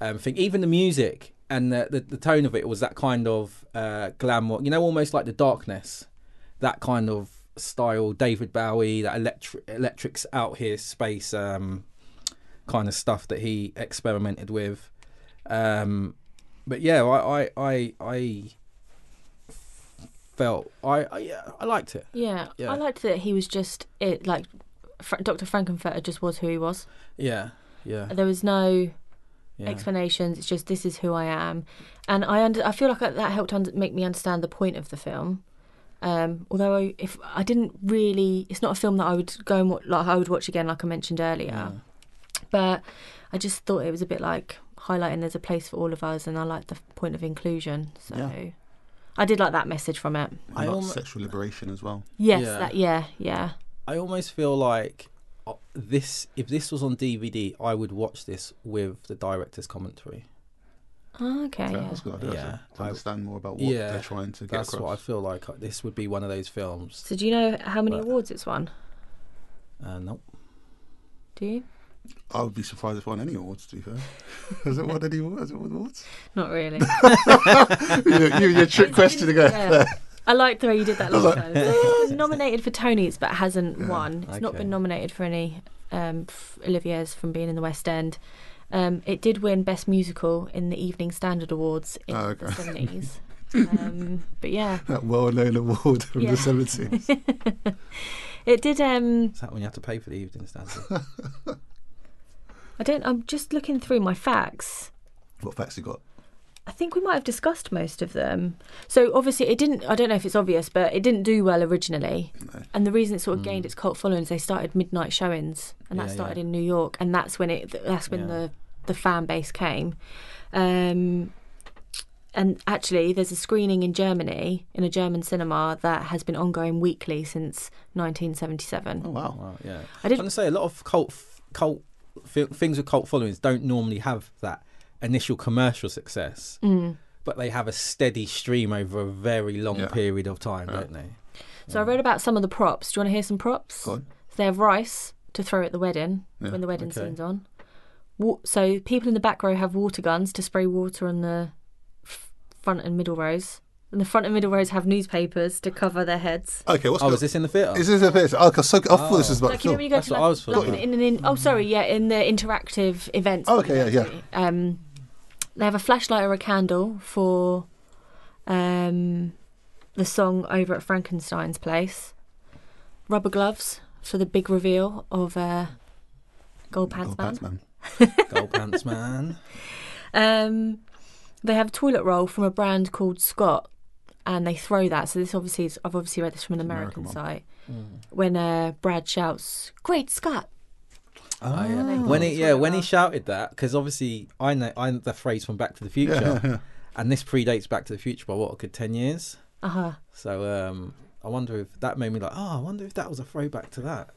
um, thing. Even the music and the, the the tone of it was that kind of uh, glam rock. You know, almost like the darkness. that kind of style, David Bowie, that electric, electrics out here space um, kind of stuff that he experimented with. Um, but yeah, I, I, I, I felt I, I, yeah, I liked it. yeah, Yeah. I liked that he was just it. Like Fra- Dr. Frankenfurter just was who he was. Yeah, yeah, There was no yeah. explanations. It's just this is who I am, and I under, I feel like that helped un- make me understand the point of the film. Um, although I, if I didn't really, it's not a film that I would go and watch, like I would watch again, like I mentioned earlier. But I just thought it was a bit like highlighting there's a place for all of us, and I like the point of inclusion. So I did like that message from it. And, I like, almo- sexual liberation as well. Yes, Yeah. that yeah, yeah. I almost feel like uh, this. If this was on DVD, I would watch this with the director's commentary. Oh, okay. Yeah, yeah. that's a good idea. Yeah. actually, To I- understand more about what they're trying to get That's across. what I feel like. uh, This would be one of those films. So do you know how many But- awards it's won? Uh, nope. Do you? I would be surprised if it won any awards. To be [LAUGHS] fair, has it won any awards? Has it won awards? Not really. [LAUGHS] you, you, your trick question again. Yeah. I like the way you did [LAUGHS] that last time. "Ah." It's been nominated for Tonys, but hasn't won. It's not Okay. been nominated for any um, f- Olivier's from being in the West End. Um, it did win Best Musical in the Evening Standard Awards in Oh, the okay. [LAUGHS] seventies. um, but yeah, That well-known award from Yeah. [LAUGHS] the seventies. it did. Um, Is that when you had to pay for the evening standard? [LAUGHS] I don't. I'm just looking through my facts. what facts you got? I think we might have discussed most of them. So obviously, it didn't. I don't know if it's obvious, but it didn't do well originally. And the reason it sort of gained its cult following is they started midnight showings, and that Mm. Yeah, started yeah. in New York, and that's when it. That's when Yeah. the the fan base came. Um, and actually, there's a screening in Germany in a German cinema that has been ongoing weekly since 1977. Oh wow. Wow, yeah. I I did- did. to say a lot of cult f- cult fi- things with cult followings don't normally have that initial commercial success, but they have a steady stream over a very long Yeah. period of time, don't they? So I read about some of the props. Do you want to hear some props? Go on. So they have rice to throw at the wedding when the wedding okay. scene's on. Wa- so people in the back row have water guns to spray water on the f- front and middle rows. And the front and middle rows have newspapers to cover their heads. Okay, what's Oh, go- was this in the theatre? Is this a theatre? Oh, 'cause so, I thought this was about Like you know film. when you go That's to what like, I was like, thinking. in, in, in, oh sorry yeah in the interactive events. Oh, that you okay, go yeah, to, Um, they have a flashlight or a candle for um, the song over at Frankenstein's place. Rubber gloves for the big reveal of uh, Gold Pants Oh, Man. Batman. Gold Pants [LAUGHS] Man. Um, they have a toilet roll from a brand called Scott, and they throw that. So this obviously is, I've obviously read this from an American, site. Mm. When uh, Brad shouts, "Great Scott!" Hmm. When he yeah, when he shouted that, because obviously I know I know the phrase from Back to the Future, and this predates Back to the Future by what a good ten years. Uh huh. So um, I wonder if that made me like, oh, I wonder if that was a throwback to that.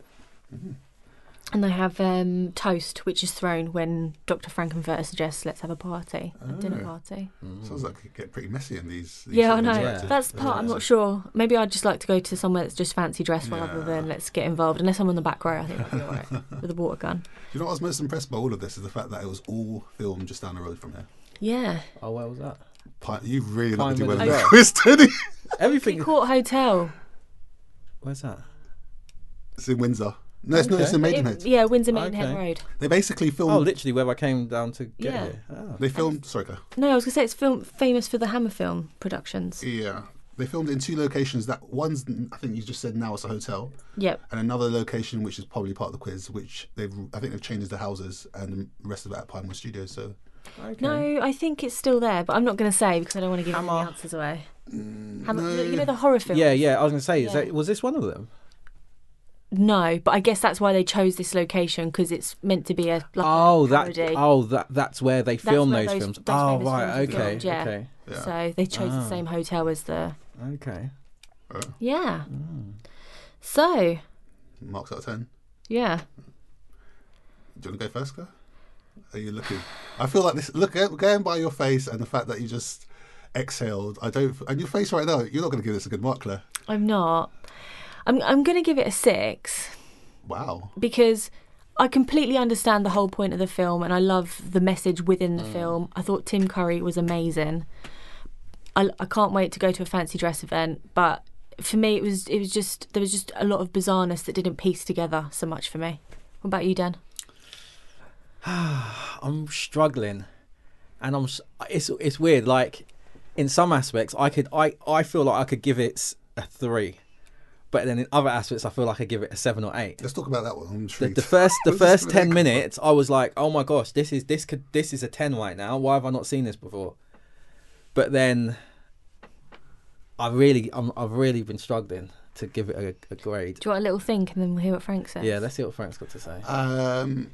And they have um, toast, which is thrown when Dr. Frankenfurter suggests, "Let's have a party, a dinner party." Sounds like it could get pretty messy in these. these Yeah, I sort of know. interactive- That's the part I'm not sure. Maybe I'd just like to go to somewhere that's just fancy dress rather Yeah. than let's get involved. Unless I'm on the back row, I think I'd be all right with a water gun. You know what I was most impressed by all of this is the fact that it was all filmed just down the road from here. Yeah. Oh, where was that? Pi- you really Pine not going to do Wood well as in that [LAUGHS] well. quiz, Teddy. Everything. Court Hotel. Where's that? It's in Windsor. No, it's, no, it's in Maidenhead. yeah, Windsor Maidenhead Okay. Road. They basically Oh, filmed. literally where I came down to get Yeah. here. Oh. they filmed. Sorry, Claire. No, I was gonna say it's film famous for the Hammer Film Productions. Yeah, they filmed in two locations. That one's I think you just said now it's a hotel, Yep. and another location which is probably part of the quiz, which they've I think they've changed the houses and the rest of it at Pinewood Studios. So No, I think it's still there, but I'm not gonna say because I don't want to give any Hammer. answers away. Hammer, You know the horror film. Yeah, yeah. I was gonna say, is that, was this one of them? No, but I guess that's why they chose this location because it's meant to be a like, Oh, a that. parody. Oh, that. That's where they That's film where those, those- films. those oh, famous right. films were okay. filmed, yeah. Okay. Yeah. So they chose the Ah. same hotel as the Okay. yeah. Mm. So marks out of ten. yeah, Do you want to go first, Claire? Are you looking? I feel like this. Look, going by your face and the fact that you just exhaled. I don't. And your face right now. You're not going to give this a good mark, Claire. I'm not. I'm I'm gonna give it a six. Wow. because I completely understand the whole point of the film and I love the message within Mm. the film. I thought Tim Curry was amazing. I, I can't wait to go to a fancy dress event, but for me it was it was just there was just a lot of bizarreness that didn't piece together so much for me. What about you, Dan? I'm struggling, and I'm. s- It's it's weird. Like, in some aspects, I could. I I feel like I could give it s- a three, but then in other aspects, I feel like I give it a seven or eight. Let's talk about that one. I'm The, [LAUGHS] intrigued. the first the [LAUGHS] Where's this first gonna ten come from? minutes, I was like, "Oh my gosh, this is this could this is a ten right now. Why have I not seen this before?" But then, I really, I'm, I've really been struggling to give it a, a grade. Do you want a little think and then we'll hear what Frank says? Yeah, let's see what Frank's got to say. Um,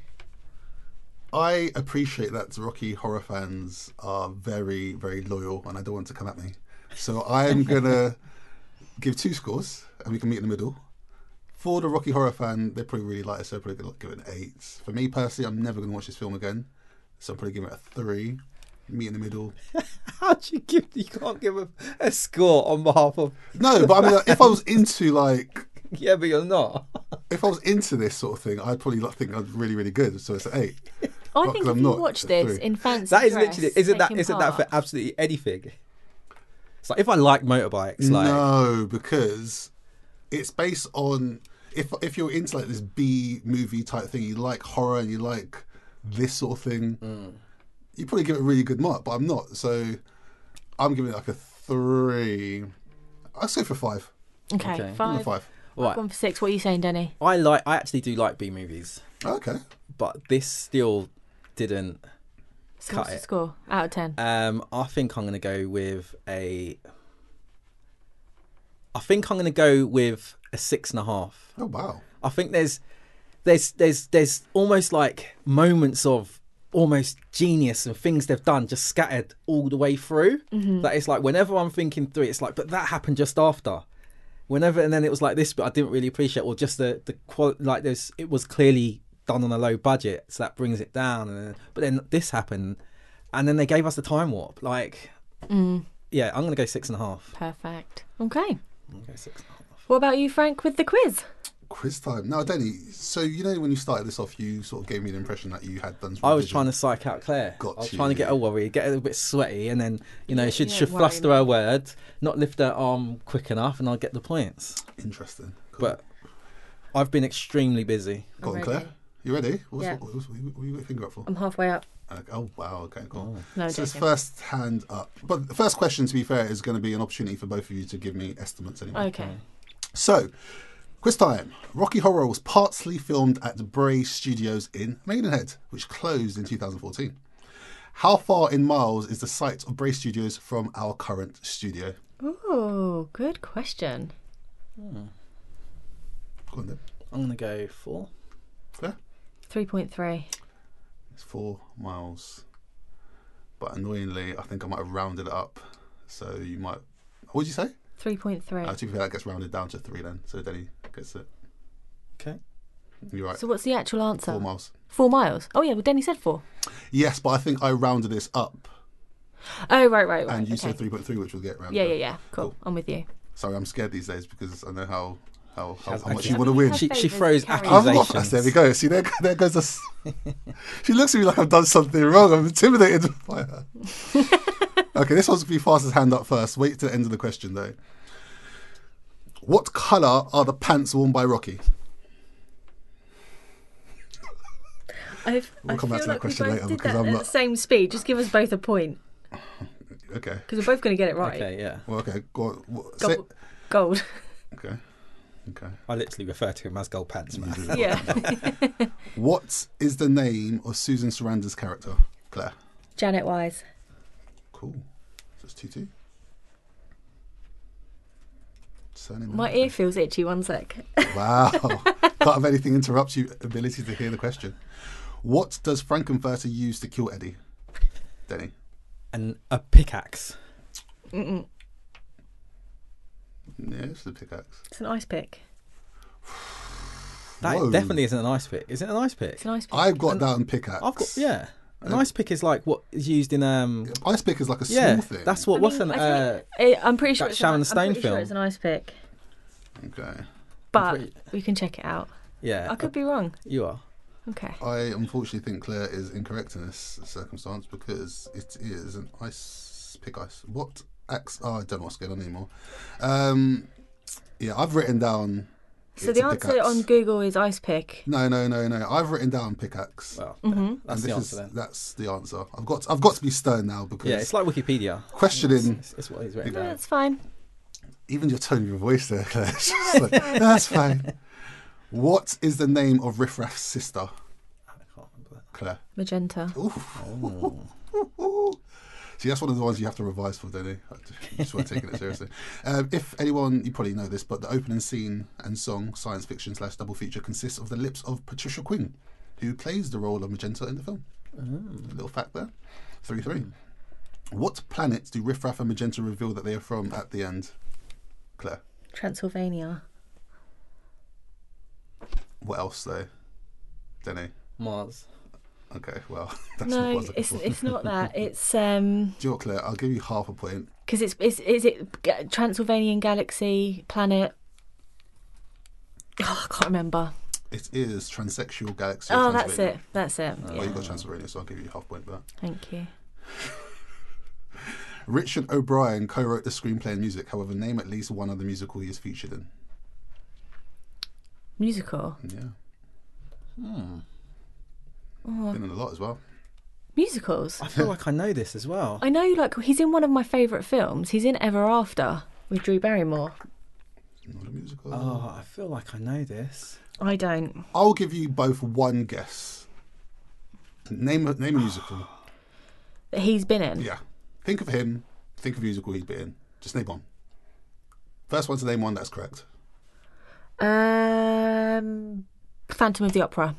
I appreciate that Rocky horror fans are very, very loyal, and I don't want to come at me. So I'm gonna give two scores, and we can meet in the middle. For the Rocky horror fan, they probably really like it, so I'm probably gonna give it an eight. For me personally, I'm never gonna watch this film again, so I'm probably giving it a three. meet in the middle. How do you give? You can't give a, a score on behalf of. No, but I mean, like, if I was into like, Yeah, but you're not. [LAUGHS] if I was into this sort of thing, I'd probably like, think I'm really, really good. So it's an eight. I Not think 'cause if I'm you not, watch it's this true. in fancy That is dress, literally. Isn't that? taking Isn't that for part- absolutely anything? It's like if I like motorbikes, like no, because it's based on if if you're into like this B movie type thing, you like horror and you like this sort of thing, you probably give it a really good mark. But I'm not, so I'm giving it like a three. I'd say for five. Okay, Okay. Give it a five. Five. right. One for six. What are you saying, Denny? I like. I actually do like B movies, Okay. but this still didn't. So Cut what's the it. score out of ten? Um, I think I'm gonna go with a. I think I'm gonna go with a six and a half. Oh wow. I think there's there's there's there's almost like moments of almost genius and things they've done just scattered all the way through. That it's like whenever I'm thinking through, it's like, but that happened just after. Whenever and then it was like this, but I didn't really appreciate. Or just the the qual like there's it was clearly done on a low budget, so that brings it down. And then, but then this happened, and then they gave us the time warp. Like, yeah, I'm gonna go six and a half. Perfect. Okay. I'm gonna go six and a half. What about you, Frank, with the quiz? Quiz time. Now, Danny. So you know when you started this off, you sort of gave me the impression that you had done. Some I was revision. trying to psych out Claire. Got I was you. trying to get her worried, get her a bit sweaty, and then you know she'd, yeah, she'd worry fluster her word, not lift her arm quick enough, and I'd get the points. Interesting. Cool. But I've been extremely busy. Go on, ready. Claire. You ready? What's, Yeah. what, what's, what, you- what you got your finger up for? I'm halfway up. Okay. Oh wow. Okay. Cool. No, so it's joking. first hand up. But the first question, to be fair, is going to be an opportunity for both of you to give me estimates anyway. Okay. So, quiz time. Rocky Horror was partly filmed at the Bray Studios in Maidenhead, which closed in 2014. How far in miles is the site of Bray Studios from our current studio? Oh, good question. Go on then. I'm gonna go four. Claire? Three point three. It's four miles. But annoyingly, I think I might have rounded it up. So you might. What did you say? Three point three. Uh, to be fair, that gets rounded down to three then. So Denny gets it. Okay. You're right. So what's the actual answer? four miles. Four miles. Oh yeah, well Denny said four. Yes, but I think I rounded this up, Oh right, right, right. and you okay. said three point three, which will get rounded. Yeah, up. yeah, yeah. Cool. I'm with you. Sorry, I'm scared these days because I know how how, how, how much actually- you want to win. She she throws favours carry [LAUGHS] I'm not. accusations. There we go. See, there, there goes us. [LAUGHS] she looks at me like I've done something wrong. I'm intimidated [LAUGHS] by her. okay, this one's gonna be fastest hand up first. Wait to the end of the question though. What color are the pants worn by Rocky? I've, We'll come I feel back to that like question we both later did because that I'm at not- the same speed. Just give us both a point Okay. because we're both going to get it right. Okay, yeah. Well, okay. Go on. Wha- say- Gold. [LAUGHS] Gold. okay. Okay. I literally refer to him as gold pants man. Mm-hmm. yeah. [LAUGHS] What is the name of Susan Sarandon's character? Claire. Janet Wise. Cool. So it's two two. Surname My ear feels itchy. One sec. Wow. Can't have anything interrupt your ability to hear the question. What does Frankenfurter use to kill Eddie? Denny. And a pickaxe. Yeah, it's the pickaxe. It's an ice pick. That Whoa. definitely isn't an ice pick. Is it an ice pick? It's an ice pick. I've got down pickaxe. I've got yeah. Uh, An ice pick is like what is used in um Ice pick is like a yeah. small thing. That's what what's an uh I- Eh, I'm pretty sure that it's Sharon an, Stone I'm pretty film. Sure it's an ice pick, okay. but pretty- we can check it out. yeah. I could be wrong. You are. Okay. I unfortunately think Claire is incorrect in this circumstance because it is an ice pick ice. What axe? Oh, I don't know what's going on anymore. Um, yeah, I've written down. So it's the a answer pickaxe. on Google is ice pick. No, no, no, no. I've written down pickaxe. Well, Mm-hmm. that's the this answer is, then. That's the answer. I've got. I've got to be stern now because Yeah, it's like Wikipedia. questioning It's, it's what he's written No, down. that's fine. even your tone of your voice there, Claire. [LAUGHS] it's [LAUGHS] just like, that's fine. What is the name of Riff Raff's sister, Claire? Magenta. Ooh. See, that's one of the ones you have to revise for, Denny. I just- just weren't taking [LAUGHS] it seriously. Um, if anyone, you probably know this, but the opening scene and song, science fiction slash double feature, consists of the lips of Patricia Quinn, who plays the role of Magenta in the film. Oh. A little fact there. 3 3. Hmm. What planets do Riff Raff and Magenta reveal that they are from at the end? Claire. Transylvania. What else, though? Denny. Mars. Okay, well, [LAUGHS] that's not what I no, was looking it's for. [LAUGHS] it's not [LAUGHS] that. It's um Do you know what, Claire? I'll give you half a point. because it's is is it G- Transylvanian galaxy planet? Oh, I can't remember. It is transsexual galaxy. Oh, that's Transylvania. it. That's it. Well, you got Transylvania, so I'll give you half a point for that. Thank you. Richard O'Brien co-wrote the screenplay and music. However, name at least one other musical he is featured in. Musical. Yeah. Been in a lot as well. Musicals. I feel like I know this as well. I know, like he's in one of my favourite films. He's in Ever After with Drew Barrymore. Not a musical. Oh, I feel like I know this. I don't. I'll give you both one guess. Name a, name a musical. That he's been in. Yeah. Think of him. Think of a musical he's been in. Just name one. First one to name one that's correct. Um, Phantom of the Opera.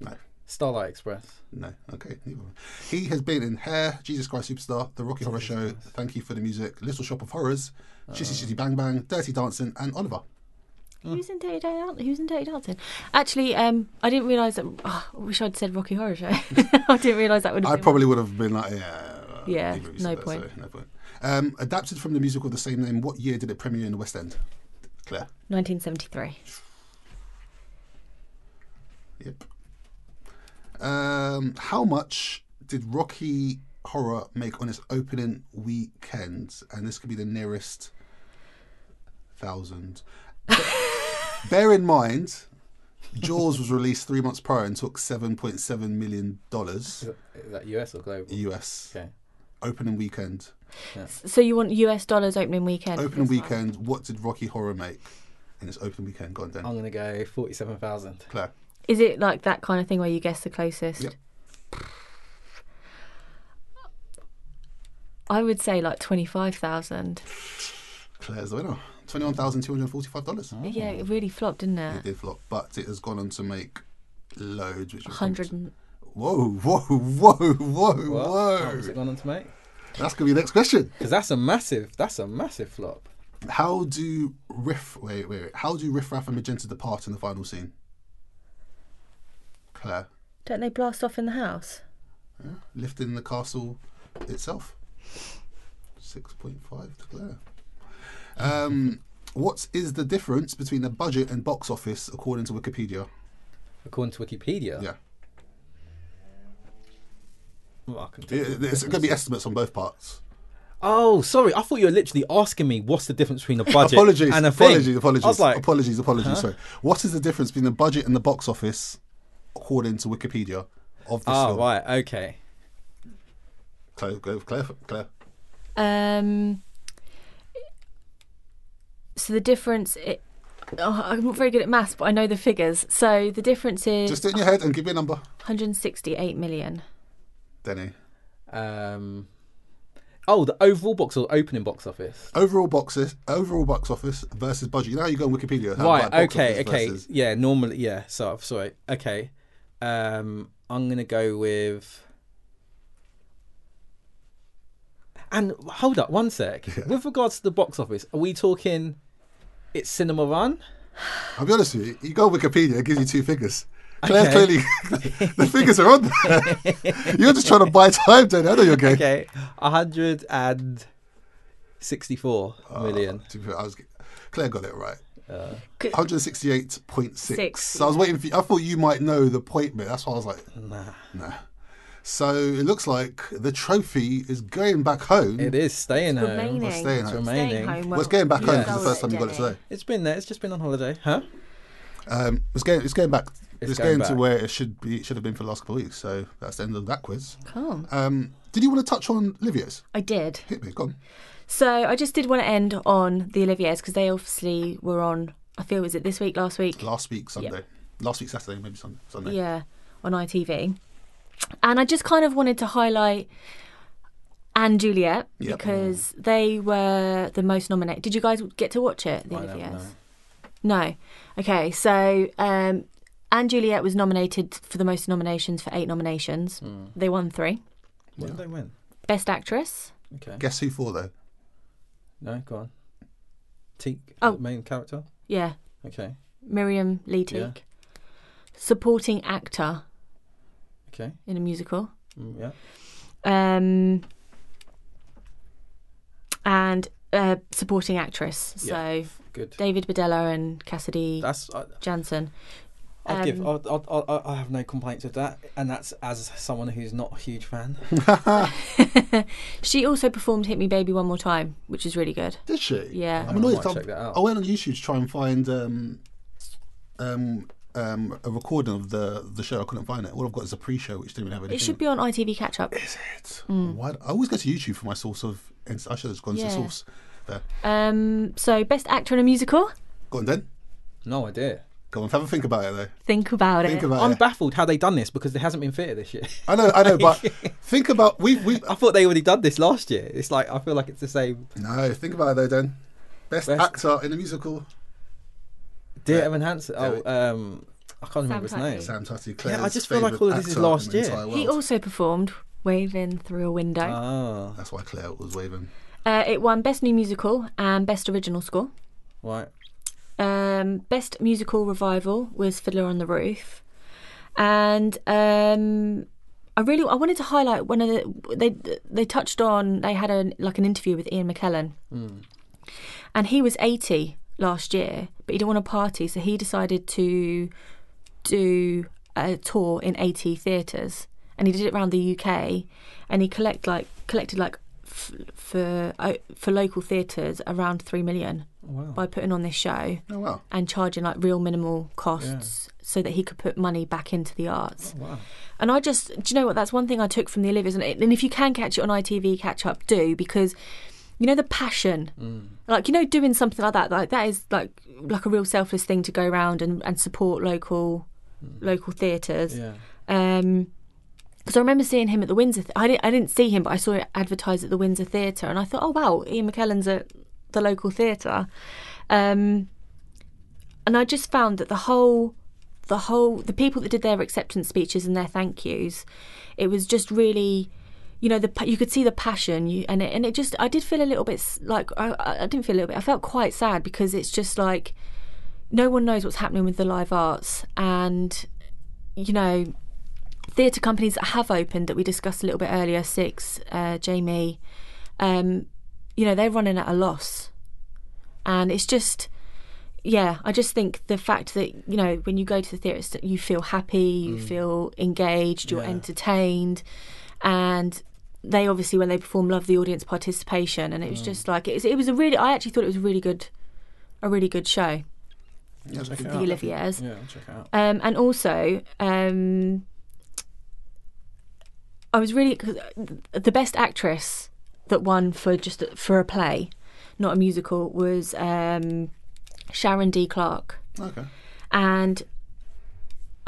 No. Starlight Express. No. Okay. neither one. He has been in Hair, Jesus Christ Superstar, The Rocky Horror Show, Thank You for the Music, Little Shop of Horrors, Shitty Shitty Bang Bang, Dirty Dancing, and Oliver. He was in Dirty Dancing. He was in Dirty Dancing. Actually, um, I didn't realise that. oh, I wish I'd said Rocky Horror Show. [LAUGHS] I didn't realise that would have [LAUGHS] I been- probably would have been like, yeah. Yeah, neither of you no said point. so no point. Um, adapted from the musical of the same name, what year did it premiere in the West End? Claire. 1973. Yep. Um, how much did Rocky Horror make on its opening weekend? And this could be the nearest thousand. [LAUGHS] Bear in mind, Jaws was released three months prior and took seven point seven million dollars Is that- is that US or global? US. Okay. Opening weekend. So you want US dollars opening weekend? Opening weekend. What did Rocky Horror make in its opening weekend? Go on, Dan. I'm going to go 47,000. Claire. Is it like that kind of thing where you guess the closest? Yep. I would say like 25,000. Claire's the winner. Twenty-one thousand two hundred forty-five dollars. Yeah, it really flopped, didn't It it? did flop, but it has gone on to make loads. Which was- 100 and Whoa, whoa, whoa, whoa, What? What whoa! was it going on to make? That's gonna be the next question. Because that's a massive, that's a massive flop. How do riff? Wait, wait, wait. How do Riff Raff and Magenta depart in the final scene? Claire, Don't they blast off in the house? lifting the castle itself. Six point five to Claire. Um, what is the difference between the budget and box office according to Wikipedia? According to Wikipedia. Yeah, Well, I can do It- it's gonna be estimates on both parts. Oh, sorry. I thought you were literally asking me what's the difference between a budget apologies, and a thing. apologies, apologies, I was like, apologies, apologies. Sorry. What is the difference between the budget and the box office, according to Wikipedia, of this oh, film? right, okay. Claire, go, Claire, Claire. Um, so the difference. It, oh, I'm not very good at maths, but I know the figures. So the difference is Just do it in your head and give me a number, 168 million. Denny. Um, oh, the overall box or opening box office? Overall boxes, overall box office versus budget. Now you go on Wikipedia. how about right, box okay, office okay. versus- Yeah, normally, yeah, so I'm sorry. Okay. Um, I'm going to go with. And hold up one sec. With regards to the box office, are we talking it's Cinema Run? I'll be honest with you. You go on Wikipedia, it gives you two figures. Claire Okay. clearly, [LAUGHS] the figures are on there. [LAUGHS] you're just trying to buy time, Denny. I know you're game. Okay, 164 million. To be fair, I was, g- Claire got it right. Uh, Good. 168.6. Six, so I was waiting for you. I thought you might know the point bit. That's why I was like, nah. Nah. So it looks like the trophy is going back home. It is staying home. remaining. Or staying home. remaining. Well, it's going back home because Yeah. the first time you got it today. It's been there. It's just been on holiday, huh? Um, it's going. It's going back. It's, It's going, going to back. where it should be. It should have been for the last couple of weeks. So that's the end of that quiz. Cool. Um, did you want to touch on Livio's? I did. Hit me. Go on. So I just did want to end on the Oliviers because they obviously were on. I feel was it this week, last week? Last week Sunday. Last week Saturday, maybe Sunday. Sunday. Yeah, on ITV. And I just kind of wanted to highlight Anne Juliet Yep. because they were the most nominated. Did you guys get to watch it? The I don't Oliviers? know. No. Okay, so um, Anne Juliet was nominated for the most nominations for eight nominations. Hmm. They won three. When did they win? Best Actress. Okay. Guess who for though? No, go on. Teak, Oh. the main character. Yeah, Okay. Miriam Lee Teague. Supporting actor. Okay. in a musical. Mm, yeah. Um, and uh, supporting actress. So Yeah. Good. David Badella and Cassidy That's. I, Jansen. I'll give. Um, I'll, I'll, I'll, I have no complaints with that, and that's as someone who's not a huge fan. She also performed "Hit Me, Baby, One More Time," which is really good. Did she? Yeah. I'm annoyed. might that I- check that out. I went on YouTube to try and find um, um, um, a recording of the the show. I couldn't find it. All I've got is a pre-show, which didn't have anything. It should be on ITV Catch Up. Mm. Is it? Why? I always go to YouTube for my source of. I should have just gone Yeah. to source. There. Um, so best actor in a musical. Go on then. No idea. Go on. Have a think about it though. Think about Think it. about I'm it. baffled how they done this because there hasn't been theatre this year. [LAUGHS] I know. I know. But think about we we. oh, I thought they already done this last year. It's like I feel like it's the same. No. Think about it though. Then. Best, Best- actor in a musical. Dear Evan Hansen. Oh, it- um, I can't remember Patty. his name. Sam Tutty. Claire's just feel like favourite all of this is actor in last the year. entire He world. also performed "Waving Through a Window." Ah, That's why Claire was waving. Uh, it won Best New Musical and Best Original Score. right. Um, Best Musical Revival was Fiddler on the Roof, and um, I really I wanted to highlight one of the they they touched on they had a like an interview with Ian McKellen, and he was eighty last year, but he didn't want to party, so he decided to do a tour in eighty theatres, and he did it around the UK, and he collect like collected like. F- for uh, for local theatres, around three million by putting on this show Oh wow. and charging like real minimal costs so that he could put money back into the arts. Wow. And I just, do you know what? That's one thing I took from the Olivia's. And, it, and if you can catch it on ITV, catch up, do because you know the passion, like you know, doing something like that, like that is like like a real selfless thing to go around and, and support local local theatres. Yeah. Um, because I remember seeing him at the Windsor. Th- I didn't, I didn't see him, but I saw it advertised at the Windsor Theatre, and I thought, oh wow, Ian McKellen's at the local theatre. Um, and I just found that the whole, the whole, the people that did their acceptance speeches and their thank yous, it was just really, you know, the pa- you could see the passion, you, and it, and it just, I did feel a little bit s- like I, I I didn't feel a little bit, I felt quite sad because it's just like, no one knows what's happening with the live arts, and you know, theatre companies that have opened that we discussed a little bit earlier, Six, uh, Jamie, um, you know, they're running at a loss. And it's just, yeah, I just think the fact that, you know, when you go to the theatre, it's that you feel happy, you feel engaged, you're entertained. And they obviously, when they perform, love the audience participation. And it was just like, it was, it was a really, I actually thought it was a really good, a really good show, Yeah, it's the Olivier's. Yeah, I'll check it out. Um, and also, um, I was really 'cause uh, the best actress that won for just for a play, not a musical, was um, Sharon D. Clark, Okay. and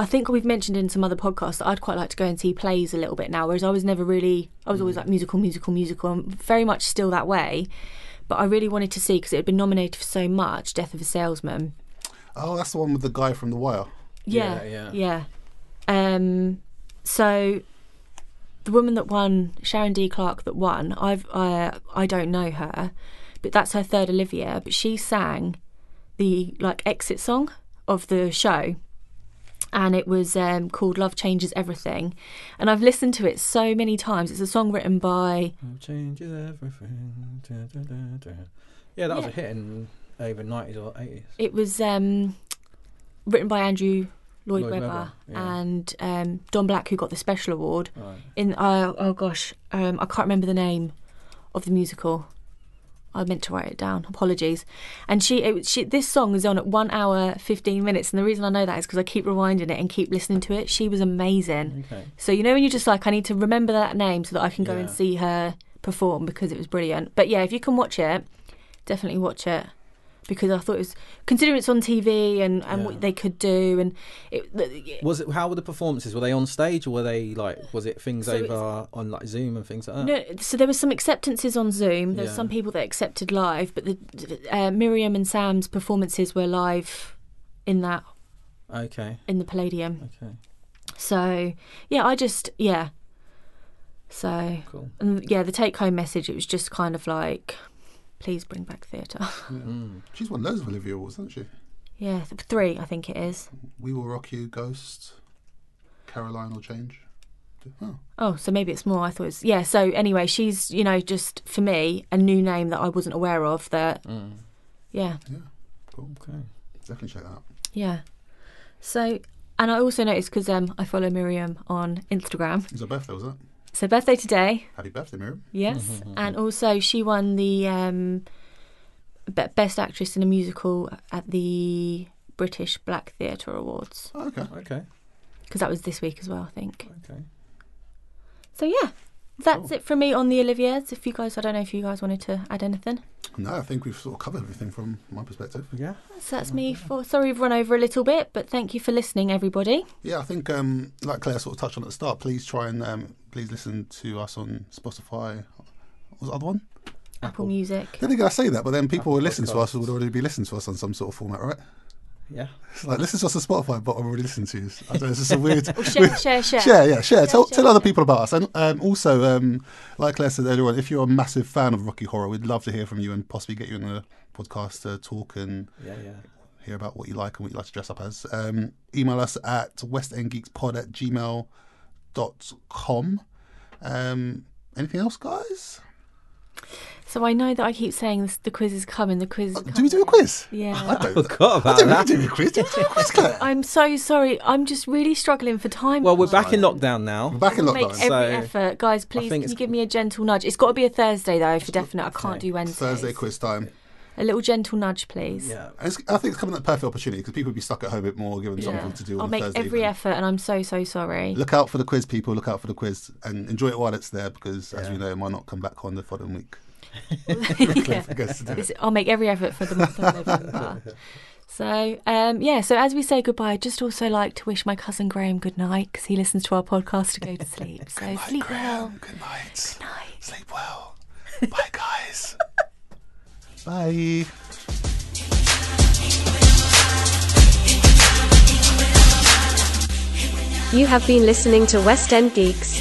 I think we've mentioned in some other podcasts that I'd quite like to go and see plays a little bit now. Whereas I was never really, I was always like musical, musical, musical. I'm very much still that way, but I really wanted to see because it had been nominated for so much, Death of a Salesman. Oh, that's the one with the guy from The Wire. Yeah, Yeah, yeah. Um, so the woman that won, Sharon D. Clark, that won, I've I I don't know her, but that's her third Olivia. But she sang the like exit song of the show. And it was um, called "Love Changes Everything," and I've listened to it so many times. It's a song written by Love Changes everything. Da, da, da, da. Yeah, that was a Yeah. hit in over nineties or eighties. it was um, written by Andrew Lloyd, Lloyd Webber, Webber, yeah. and um, Don Black, who got the special award. Right. in uh, oh gosh, um, I can't remember the name of the musical. I meant to write it down. Apologies. And she, it, was- she, this song is on at one hour fifteen minutes, and the reason I know that is because I keep rewinding it and keep listening to it. She was amazing. Okay. So you know when you're just like, I need to remember that name so that I can go and Yeah. see her perform because it was brilliant. But yeah, if you can watch it, definitely watch it because I thought it was considering it's on TV and and Yeah. what they could do and it. the- Was it? How were the performances? Were they on stage or were they like? Was it things So it's- over on like Zoom and things like that? No, so there were some acceptances on Zoom. There's Yeah. some people that accepted live, but the uh, Miriam and Sam's performances were live in that Okay. in the Palladium. Okay. So yeah, I just yeah. So Cool. and yeah, the take-home message it was just kind of like, please bring back theatre. [LAUGHS] She's won loads of Olivia Awards, hasn't she? yeah, th- three I think it is. We Will Rock You, Ghost, Caroline will Change. Oh, Oh, so maybe it's more. I thought it was. Yeah, so anyway, she's, you know, just for me, a new name that I wasn't aware of that. Yeah, cool. Okay. Definitely check that out. yeah. So, and I also noticed because um, I follow Miriam on Instagram. It was her birthday, wasn't it? So, birthday today. Happy birthday, Miriam. Yes, and also she won the um, be- best actress in a musical at the British Black Theatre Awards Oh, okay. Okay. because that was this week as well, I think. Okay. So yeah, that's it from me on the Oliviers. If you guys, I don't know if you guys wanted to add anything. No, I think we've sort of covered everything from my perspective. Yeah. So that's me for. Sorry, we've run over a little bit, but thank you for listening, everybody. Yeah, I think um, like Claire sort of touched on at the start. Please try and um, please listen to us on Spotify. What was the other one? Apple, Music. I don't think I say that, but then people who listen to us Podcasts. would already be listening to us on some sort of format, right? Yeah. It's like listen to us on Spotify, but I've already listened to you. I don't know, it's just a weird. Share, share, share. Share, yeah, share. tell, tell other people about us, and um, also, um, like Claire said earlier on, if you're a massive fan of Rocky Horror, we'd love to hear from you and possibly get you in the podcast to talk and Yeah. Yeah. hear about what you like and what you like to dress up as. Um, email us at westendgeekspod at gmail.com. Um, anything else, guys? So I know that I keep saying this, the quiz is coming. The quiz. Is Oh, coming. do we do a quiz? I Yeah. don't, [LAUGHS] Forgot I about don't really that. do a quiz. Do we do a quiz, [LAUGHS] Claire? I'm so sorry. I'm just really struggling for time. Well, we're back in lockdown now. Back in Make lockdown. every So- effort, guys. think Please, can it's- you give me a gentle nudge? It's got to be a Thursday though, for definite. I can't do Wednesday. Thursday quiz time. A little gentle nudge, please. Yeah. And It's, I think it's coming at a perfect opportunity because people would be stuck at home a bit more, given something to do on I'll a make Thursday. every evening. effort, and I'm so so sorry. Look out for the quiz, people. Look out for the quiz and enjoy it while it's there because, as we know, it might not come back on the [LAUGHS] following week. [LAUGHS] Yeah. I guess to do it. This- I'll make every effort for the month of November. So um, yeah, so as we say goodbye, I'd just also like to wish my cousin Graham good night because he listens to our podcast to go to sleep. So sleep well. Good night. Good night. Sleep well. Bye, guys. Bye. You have been listening to West End Geeks.